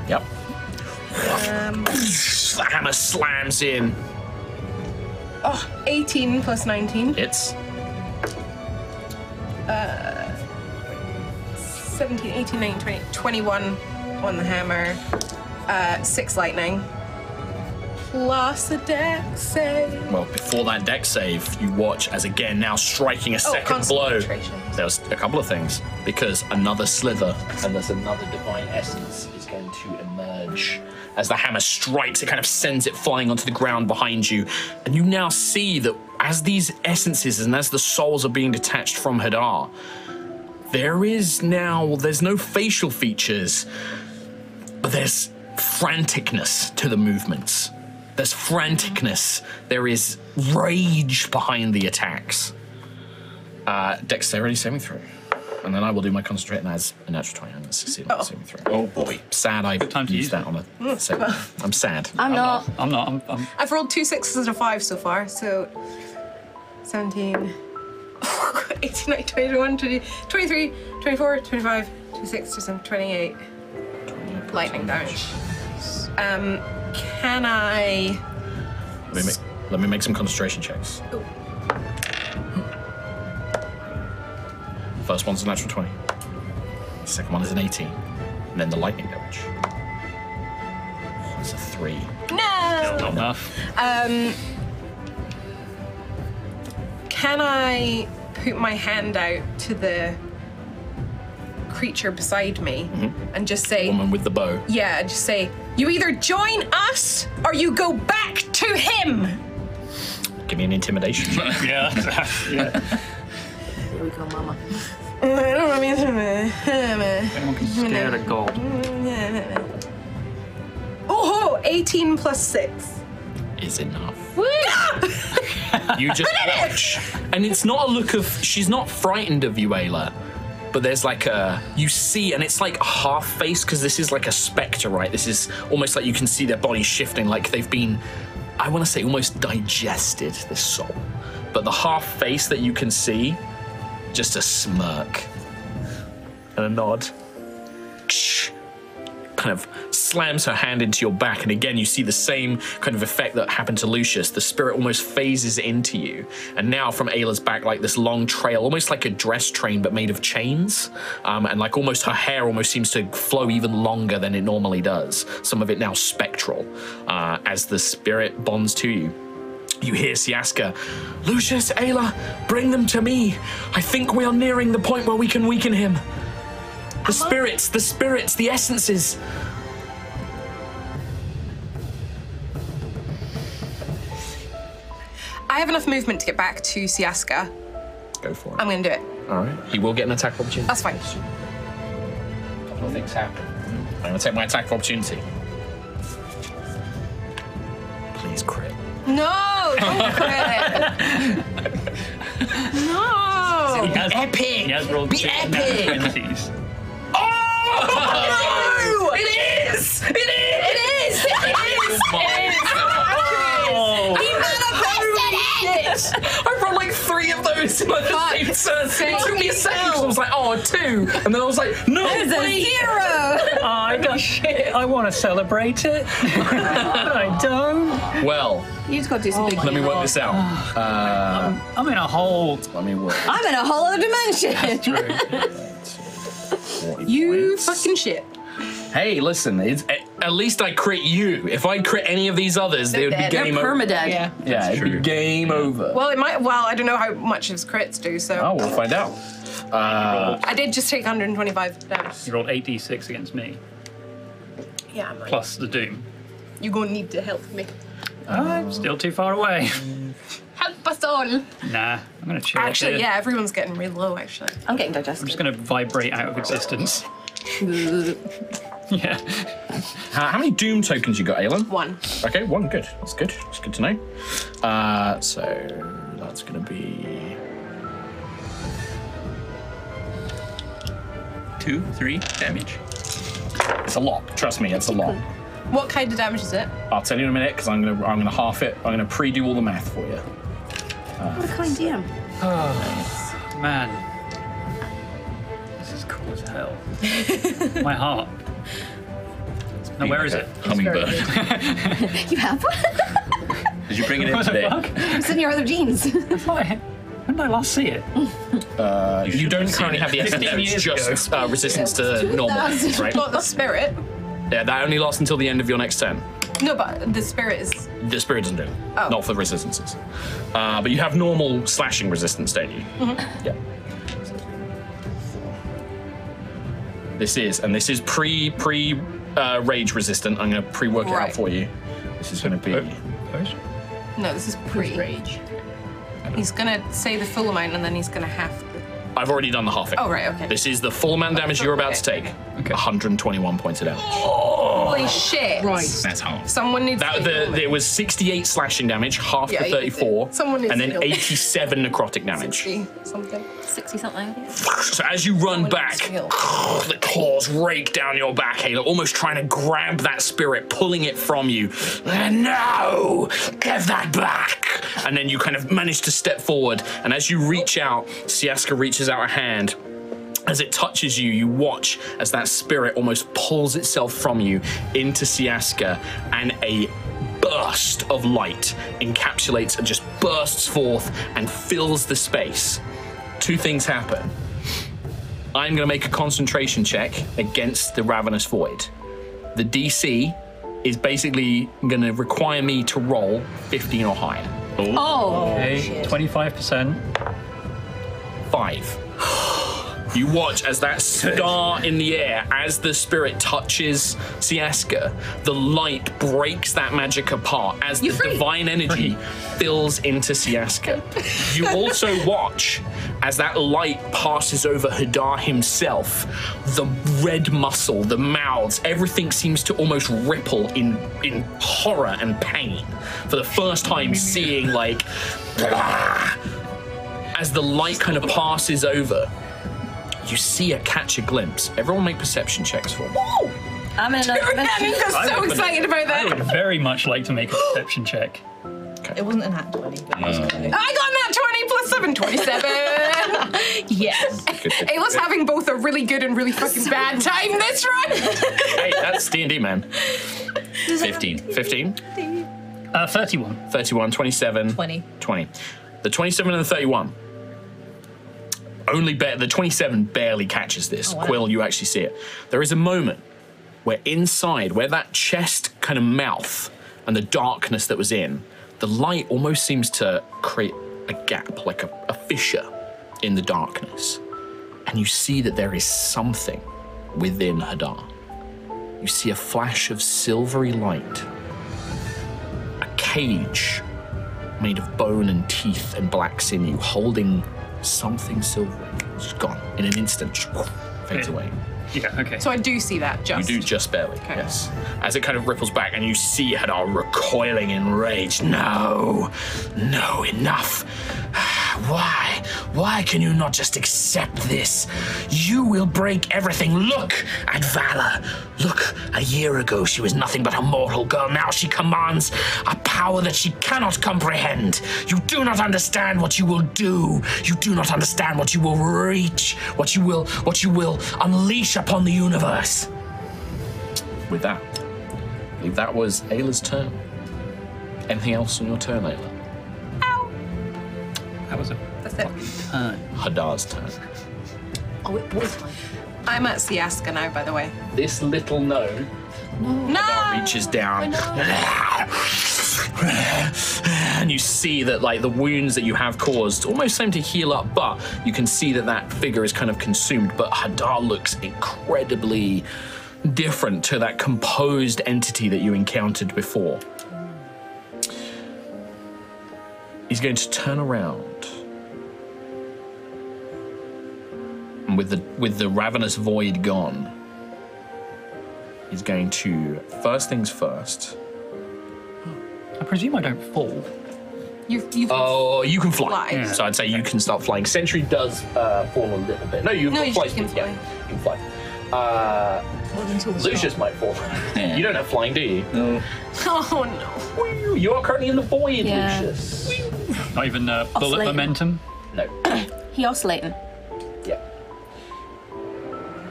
B: Yep. the hammer slams in.
C: Oh, 18 plus 19.
B: Hits.
C: 17, 18, 19, 20, 21 on the hammer. Uh, six lightning. Plus a dex save.
B: Well, before that deck save, you watch as again, now striking a second blow.
C: concentration.
B: There was a couple of things because another slither
F: And there's another divine essence is going to emerge.
B: as the hammer strikes, it kind of sends it flying onto the ground behind you. And you now see that as these essences and as the souls are being detached from Hadar, there is now, there's no facial features, but there's franticness to the movements. There's franticness. There is rage behind the attacks. Uh, dexterity saving throw. And then I will do my concentrate and as a natural 20, I'm going to succeed on the saving throw. Oh boy. Sad I
A: time
B: used
A: to use
B: that on a saving I'm sad.
E: I'm not.
A: I'm not. I'm, I'm
C: I've rolled two sixes and a five so far, so 17, 18, 19, 21, 20, 23, 24, 25, 26, 27, 28. Lightning damage. Um, can I.
B: Let me make, let me make some concentration checks.
C: Oh.
B: First one's a natural 20. Second one is an 18. And then the lightning damage. That's a 3.
C: No!
A: not enough.
C: Um, can I put my hand out to the creature beside me and just say,
B: Woman with the bow.
C: Yeah, just say, you either join us or you go back to him.
B: Give me an intimidation. check.
A: Yeah. yeah.
E: Here we go, mama.
C: I don't want to
A: Anyone can scare a god.
C: Oh, 18 plus 6.
B: is enough.
C: Ah!
B: You just watch. And it's not a look of she's not frightened of you, Ayla. But there's like a you see, and it's like half face because this is like a specter, right? This is almost like you can see their body shifting, like they've been, I want to say, almost digested. This soul, but the half face that you can see, just a smirk and a nod. Ksh. Kind of slams her hand into your back, and again you see the same kind of effect that happened to Lucius. The spirit almost phases into you, and now from Ayla's back, like this long trail, almost like a dress train but made of chains, um, and like almost her hair almost seems to flow even longer than it normally does. Some of it now spectral, uh, as the spirit bonds to you. You hear Siaska, Lucius, Ayla, bring them to me. I think we are nearing the point where we can weaken him. The spirits, the spirits, the essences.
C: I have enough movement to get back to Siaska.
B: Go for it.
C: I'm going to do it.
B: All right. He will get an attack of opportunity.
C: That's fine.
B: A couple of things happen. I'm going to take my attack of opportunity. Please crit.
C: No, don't quit. no.
A: He has, epic. He has rolled two epic. 20s.
C: No! It is! It is! Oh It is! It is! It is! He manifested it!
B: yes! I brought like three of those in like the same turn. It took me a second 'cause I was like, oh, two. And then I was like, no, wait.
H: Zero!
A: Oh, I don't. Shit. I want to celebrate it. but I don't.
B: Well,
E: You just got to
H: Oh
E: do something.
B: let me work this out. Uh,
A: I'm in a hole.
B: let me work.
H: I'm in a whole other dimension.
C: You fucking shit.
B: Hey, listen, it's, a- at least I crit you. If I crit any of these others, they would be
H: Dead.
B: game
H: You're
B: over.
H: permadead.
G: Yeah.
B: Yeah, it'd be
D: True.
B: game over.
C: Well, it might. Well, I don't know how much his crits do. So
B: Oh, we'll find out. Uh,
C: I did just take 125 damage.
A: You rolled 8d6 against me,
C: Yeah, I'm
A: plus the doom.
C: You gonna need to help me.
A: Still too far away.
C: Help us all.
A: Nah, I'm gonna chill.
C: Actually,
A: here.
C: yeah, everyone's getting really low. Actually,
H: I'm getting
A: I'm just
H: digested.
A: gonna vibrate out of existence. Yeah.
B: Uh, how, how many doom tokens you got, Aelin?
C: one.
B: Okay, one. Good. That's good. That's good to know. Uh, so that's gonna be
D: Two, three damage.
B: It's a lot. Trust me, it's a lot.
C: What kind of damage is it?
B: I'll tell you in a minute because I'm gonna I'm gonna half it. I'm gonna pre-do all the math for you.
E: What a kind DM.
A: Man. This is cool as hell. My heart. Now, where is it?
D: Hummingbird.
E: You have one?
D: Did you bring it in
A: What the
D: today?
A: fuck?
E: it's in your other jeans.
A: I thought I- When did I last see it?
C: Oh,
B: You,
D: should
B: don't
D: have seen
B: currently
D: it.
B: have the essence.
A: 15
B: It's
A: years ago.
B: just uh, resistance to normal, right?
C: Not the spirit.
B: Yeah, that only lasts until the end of your next turn.
C: No, but the spirit is.
B: The spirit doesn't do it.
C: Oh.
B: Not for resistances. Uh, but you have normal slashing resistance, don't you?
C: Mm-hmm.
B: Yeah. This is, and this is pre pre uh, rage resistant. I'm going to pre work it out
C: Right.
B: for you. This is going to be.
C: Oh. No, this is pre rage. He's gonna say the full amount and then he's gonna have to.
B: I've already done the halving.
C: Oh, right, okay. Oh,
B: This is the full man damage you're about to take.
C: Okay, Oh,
B: 121 points of damage.
C: Holy shit! Right.
D: That's half.
C: Someone needs
B: Oh. That
C: to.
B: the, it was 68 slashing damage, half
C: Yeah,
B: to
C: you can see.
B: 34,
C: Someone needs
B: and
C: to
B: then
C: heal.
B: 87 necrotic damage.
C: something.
H: 60 something.
B: So as you run
C: Someone
B: back,
C: needs to heal.
B: the claws rake down your back, Halo, almost trying to grab that spirit, pulling it from you. Uh, No! Give that back! And then you kind of manage to step forward, and as you reach out, Siaska reaches out a hand. As it touches you, you watch as that spirit almost pulls itself from you into Siaska, and a burst of light encapsulates and just bursts forth and fills the space. Two things happen. I'm going to make a concentration check against the Ravenous Void. The DC is basically going to require me to roll 15 or higher.
A: Okay, 25%.
B: Five. You watch as that scar in the air, as the spirit touches Siaska, the light breaks that magic apart as the divine energy fills into Siaska. you also watch as that light passes over Hadar himself. The red muscle, the mouths, everything seems to almost ripple in in horror and pain. For the first time, seeing like. As the light kind of passes over, you see her catch a glimpse. Everyone make perception checks for me.
H: I'm in another dimension.
C: I'm so excited about
A: I would
C: that.
A: very much like to make a perception check.
G: It wasn't an act 20, but it was
D: Uh,
C: I got an nat 20 plus 7, 27.
G: Yes.
C: Ayla's having both a really good and really fucking bad time this round.
B: hey, that's D&D, man.
D: 15.
B: 15,
A: Uh, 31.
B: 31, 27,
G: 20.
B: 20. The 27 and the 31. Only ba- the 27 barely catches this.
G: wow.
B: Quill, you actually see it. There is a moment where inside, where that chest kind of mouth and the darkness that was in, the light almost seems to create a gap, like a, a fissure in the darkness. And you see that there is something within Hadar. You see a flash of silvery light, a cage made of bone and teeth and black sinew, holding something silvery. It's gone in an instant. Fades away.
A: Yeah, okay.
C: So I do see that, just.
B: You do just barely. Yes. As it kind of ripples back, and you see Hadar recoiling in rage. No, no, enough. Why? Why can you not just accept this? You will break everything. Look at Vala. Look, a year ago she was nothing but a mortal girl. Now she commands a power that she cannot comprehend. You do not understand what you will do. You do not understand what you will reach, what you will what you will unleash upon the universe. With that, I believe that was Ayla's turn. Anything else on your turn, Ayla?
A: That was a
C: That's it.
A: turn.
B: Hadar's turn.
G: Oh, it was mine.
C: I'm at Siaska now, by the way.
F: This little gnome
C: No!
B: reaches down. And you see that, like, the wounds that you have caused almost seem to heal up, but you can see that that figure is kind of consumed. But Hadar looks incredibly different to that composed entity that you encountered before. He's going to turn around. And with the, with the ravenous void gone, is going to first things first.
A: I presume I don't fall.
C: You've, you've
B: Oh, you can fly.
C: Fly. Yeah.
B: So I'd say you can start flying. Sentry does uh, fall a little bit. No, you've
C: No,
B: got
C: you
B: fly
C: can
B: speed.
C: fly.
B: Yeah, you can fly. Uh, Lucius might fall. you don't have flying, do you?
D: No.
C: Oh no.
B: Whew, You are currently in the void,
H: Yeah.
B: Lucius.
A: Not even uh,
H: Oscillating.
A: bullet momentum.
B: No.
H: He oscillating.
B: yeah.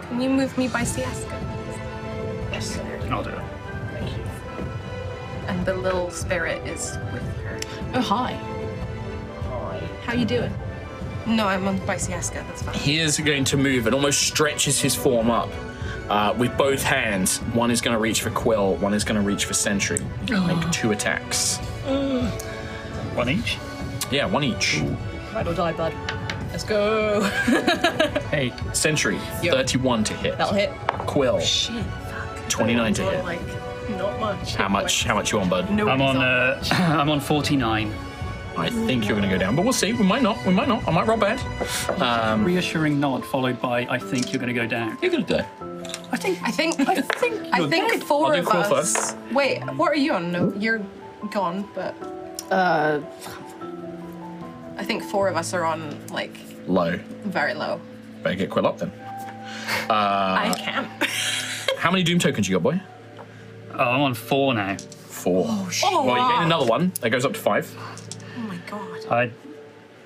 C: Can you move me by Siaska?
B: Yes.
A: I'll do it.
B: Thank you.
C: And the little spirit is with her.
G: Oh, hi. How you doing?
C: No, I'm on by Siaska, that's fine.
B: He is going to move and almost stretches his form up uh, with both hands. One is going to reach for Quill, one is going to reach for Sentry. You can
C: Oh.
B: Make two attacks.
A: One each.
B: Yeah, one each.
G: Ride or die, bud. Let's go.
A: Hey,
B: Sentry, 31 to hit.
G: That'll hit.
B: Quill,
G: Shit.
B: 29 to hit.
G: Like, not much.
B: How much? How much you on, bud?
A: I'm on. Uh, I'm on 49.
B: I think you're gonna go down, but we'll see. We might not. We might not. I might roll bad. Um,
A: Reassuring nod followed by I think you're going to go down.
D: You're gonna die.
A: I think.
C: I think I think I think
B: I'll
C: four
B: do
C: of
B: Quill
C: us. Wait, what are you on? No, you're gone, but
H: Uh,
C: I think four of us are on like
B: low.
C: very low.
B: Better get Quill up then.
C: I can't.
B: How many doom tokens you got, boy?
A: Oh, I'm on four now.
B: Four.
C: Oh,
B: well, you
C: wow.
B: gain another one. That goes up to five.
C: oh my god.
A: I.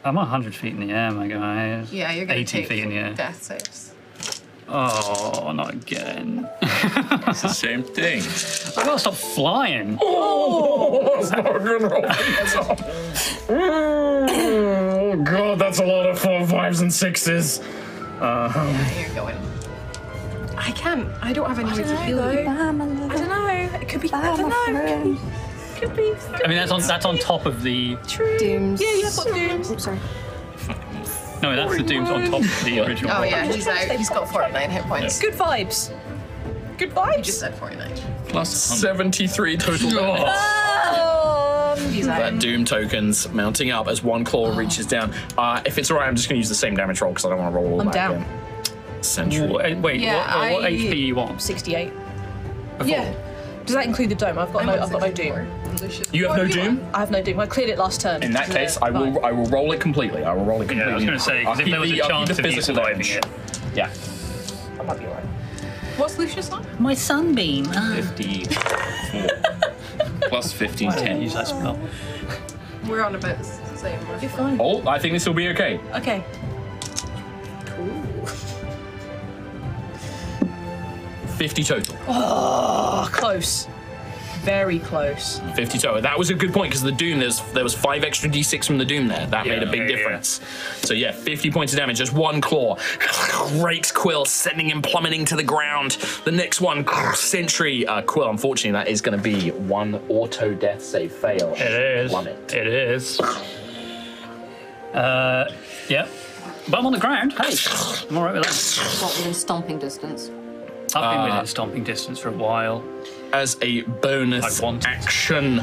A: I'm 100 feet in the air, my guy.
C: Yeah, you're gonna
A: 80
C: take
A: feet in the air.
C: death saves.
A: Oh, not again.
D: It's the Uh, same thing.
A: I gotta stop flying.
B: Oh, that's not a good roll. That's not- oh god, that's a lot of four fives and sixes.
C: Yeah, you're going. I can't. I don't have any way to heal you.
E: Bye, my love.
C: I don't know. It could be. I
E: Bye,
C: don't
E: my
C: know.
E: friend.
C: It could be.
A: I mean, that's on that's on top of the.
E: Dooms.
C: Yeah, you've got dooms.
E: I'm sorry.
A: No, that's the dooms on top of the original.
C: Oh
A: one.
C: yeah, he's out. He's got 49 hit points.
G: Good vibes. Good
C: You
G: vibes.
C: just said 49.
D: Plus 100.
B: Seventy-three total. damage.
C: He's out.
B: That Uh, Doom tokens mounting up as one claw reaches down. Uh, if it's alright, I'm just going to use the same damage roll because I don't want to roll all
G: I'm
B: that
G: down.
B: again. Century.
A: Wha- Wait, what,
C: Yeah,
A: what, what
C: I-
A: HP you want?
G: 68.
A: Before?
G: Yeah. Does that include the dome? I've got
C: I'm
G: no.
C: on
G: I've got no
C: 64.
G: doom.
C: Lucius.
B: You have no
C: What are you
B: Doom.
C: on?
G: I have no doom. I cleared it last turn.
B: In that
G: Uh,
B: case, I will.
G: fine.
B: I will roll it completely. I will roll it
A: Yeah,
B: completely.
A: I was gonna say
B: I'll
A: because if
B: keep
A: there was a
B: the- I'll keep
A: chance
B: the
A: of you
B: physical
A: surviving
B: damage.
A: it,
B: Yeah.
F: I might be alright.
C: What's Lucius on?
D: 54. Plus 15,
A: can
D: 10.
A: use that spell.
C: We're on about the same. You're
G: fine.
B: Oh, I think this will be okay.
G: Okay.
B: Fifty total.
G: Oh, close. Very close.
B: Fifty total. That was a good point because the Doom. There's there was five extra d6 from the Doom there. That made a
A: Yeah.
B: big
A: Yeah, yeah, yeah.
B: difference. So yeah, fifty points of damage. Just one claw rakes Quill, sending him plummeting to the ground. The next one, Sentry uh, Quill. Unfortunately, that is going to be one auto death save fail.
A: It is.
B: Plummet.
A: It is. Uh, yeah. But I'm on the ground. Hey, I'm all right with that.
H: what within stomping distance?
A: I've been within stomping distance for a while.
B: as a bonus
A: I want it.
B: action.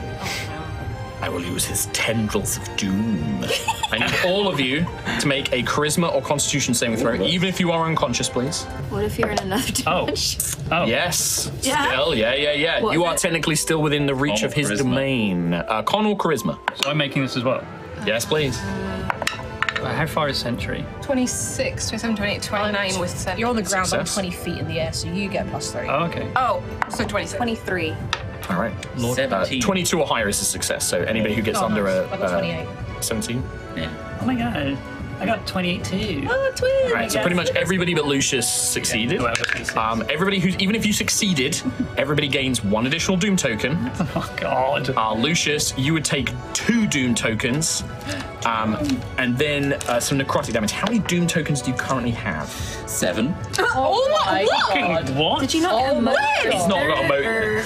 B: I will use his tendrils of doom. I need all of you to make a charisma or constitution saving throw, even if you are unconscious, please.
H: What if you're in another
A: Oh.
H: dimension?
A: Oh,
B: Yes.
H: Yeah.
B: Still, yeah, yeah, yeah.
H: What
B: you
H: is
B: are
H: it?
B: technically still within the reach
D: Con or
B: of his
D: charisma?
B: domain. Uh, con or charisma?
A: so I'm making this as well.
B: Yes, please.
A: Uh, How far is Sentry?
C: 26, 27, 28, 29 with Sentry.
G: You're on the ground, I'm
B: Success.
G: 20 feet in the air, so you get plus three.
A: Oh, okay.
C: Oh, so 26.
H: 23.
B: All right.
A: Lord,
B: Uh,
D: 17.
B: 22 or higher is a success, so anybody who gets
G: Oh,
B: under
G: nice.
B: a
G: I got
B: uh,
G: 28.
B: 17.
D: Yeah.
A: Oh my god, I got 28 too.
G: Oh, twins!
B: All right, so pretty much everybody but Lucius succeeded.
A: Whoever succeeds.
B: Um, everybody who's even if you succeeded, everybody gains one additional doom token.
A: Oh god.
B: Uh, Lucius, you would take two doom tokens, um, and then uh, some necrotic damage. How many doom tokens do you currently have?
D: Seven.
C: Oh my
A: What?
H: Did you not get a moat?
B: He's not got a moat.
H: Or-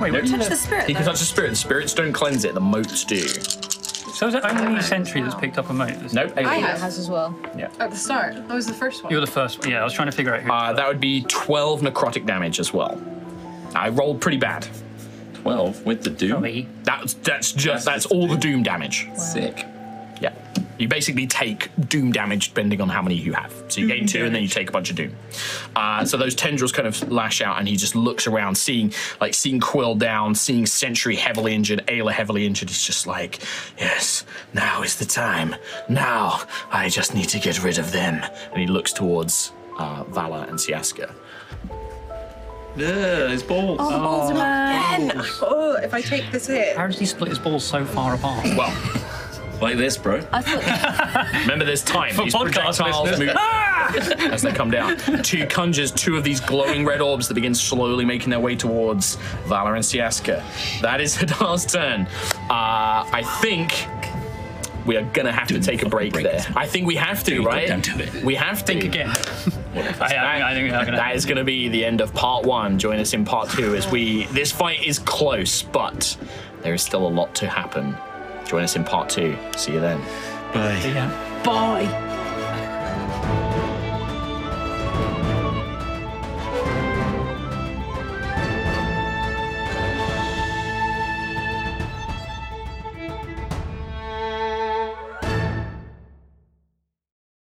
A: Wait, what?
H: Touch the spirit.
B: He can
H: though.
B: touch the spirit. The spirits don't cleanse it. The moats do.
A: So is it only Sentry that's picked up a moat?
B: Nope.
C: I
G: It
C: have
G: has as well.
C: at the start. That was the first one.
A: You're the first one. Yeah, I was trying to figure out who.
B: Uh, that would be 12 necrotic damage as well. I rolled pretty bad.
D: Twelve with the doom.
A: me.
B: That's that's just that's all the doom damage.
D: Sick.
B: Yeah. You basically take doom damage depending on how many you have. So you gain two and then you take a bunch of doom. Uh, so those tendrils kind of lash out and he just looks around, seeing like seeing Quill down, seeing Sentry heavily injured, Ayla heavily injured. He's just like, yes, now is the time. Now I just need to get rid of them. And he looks towards uh, Vala and Siaska.
D: Yeah, his balls.
E: Oh.
C: Oh, if I take this hit.
A: How does he split his balls so far apart?
B: Well,
D: Like this, bro.
H: I thought
B: remember there's time.
A: For
B: These
A: podcast
B: projectiles
A: listeners. Ah!
B: move- as they come down. Two conjures two of these glowing red orbs that begin slowly making their way towards Valor and Siaska. That is Hadar's turn. Uh, I think we are gonna have to take a
D: fucking
B: break
D: break
B: there.
D: this.
B: I think we have to,
D: Dude,
B: right?
D: don't do it.
B: We have to.
A: Think again. I, I, I think we're not gonna.
B: That is going to be the end of part one. Join us in part two as we. This fight is close, but there is still a lot to happen. Join us in part two. See you then.
D: Bye.
A: Yeah.
H: Bye.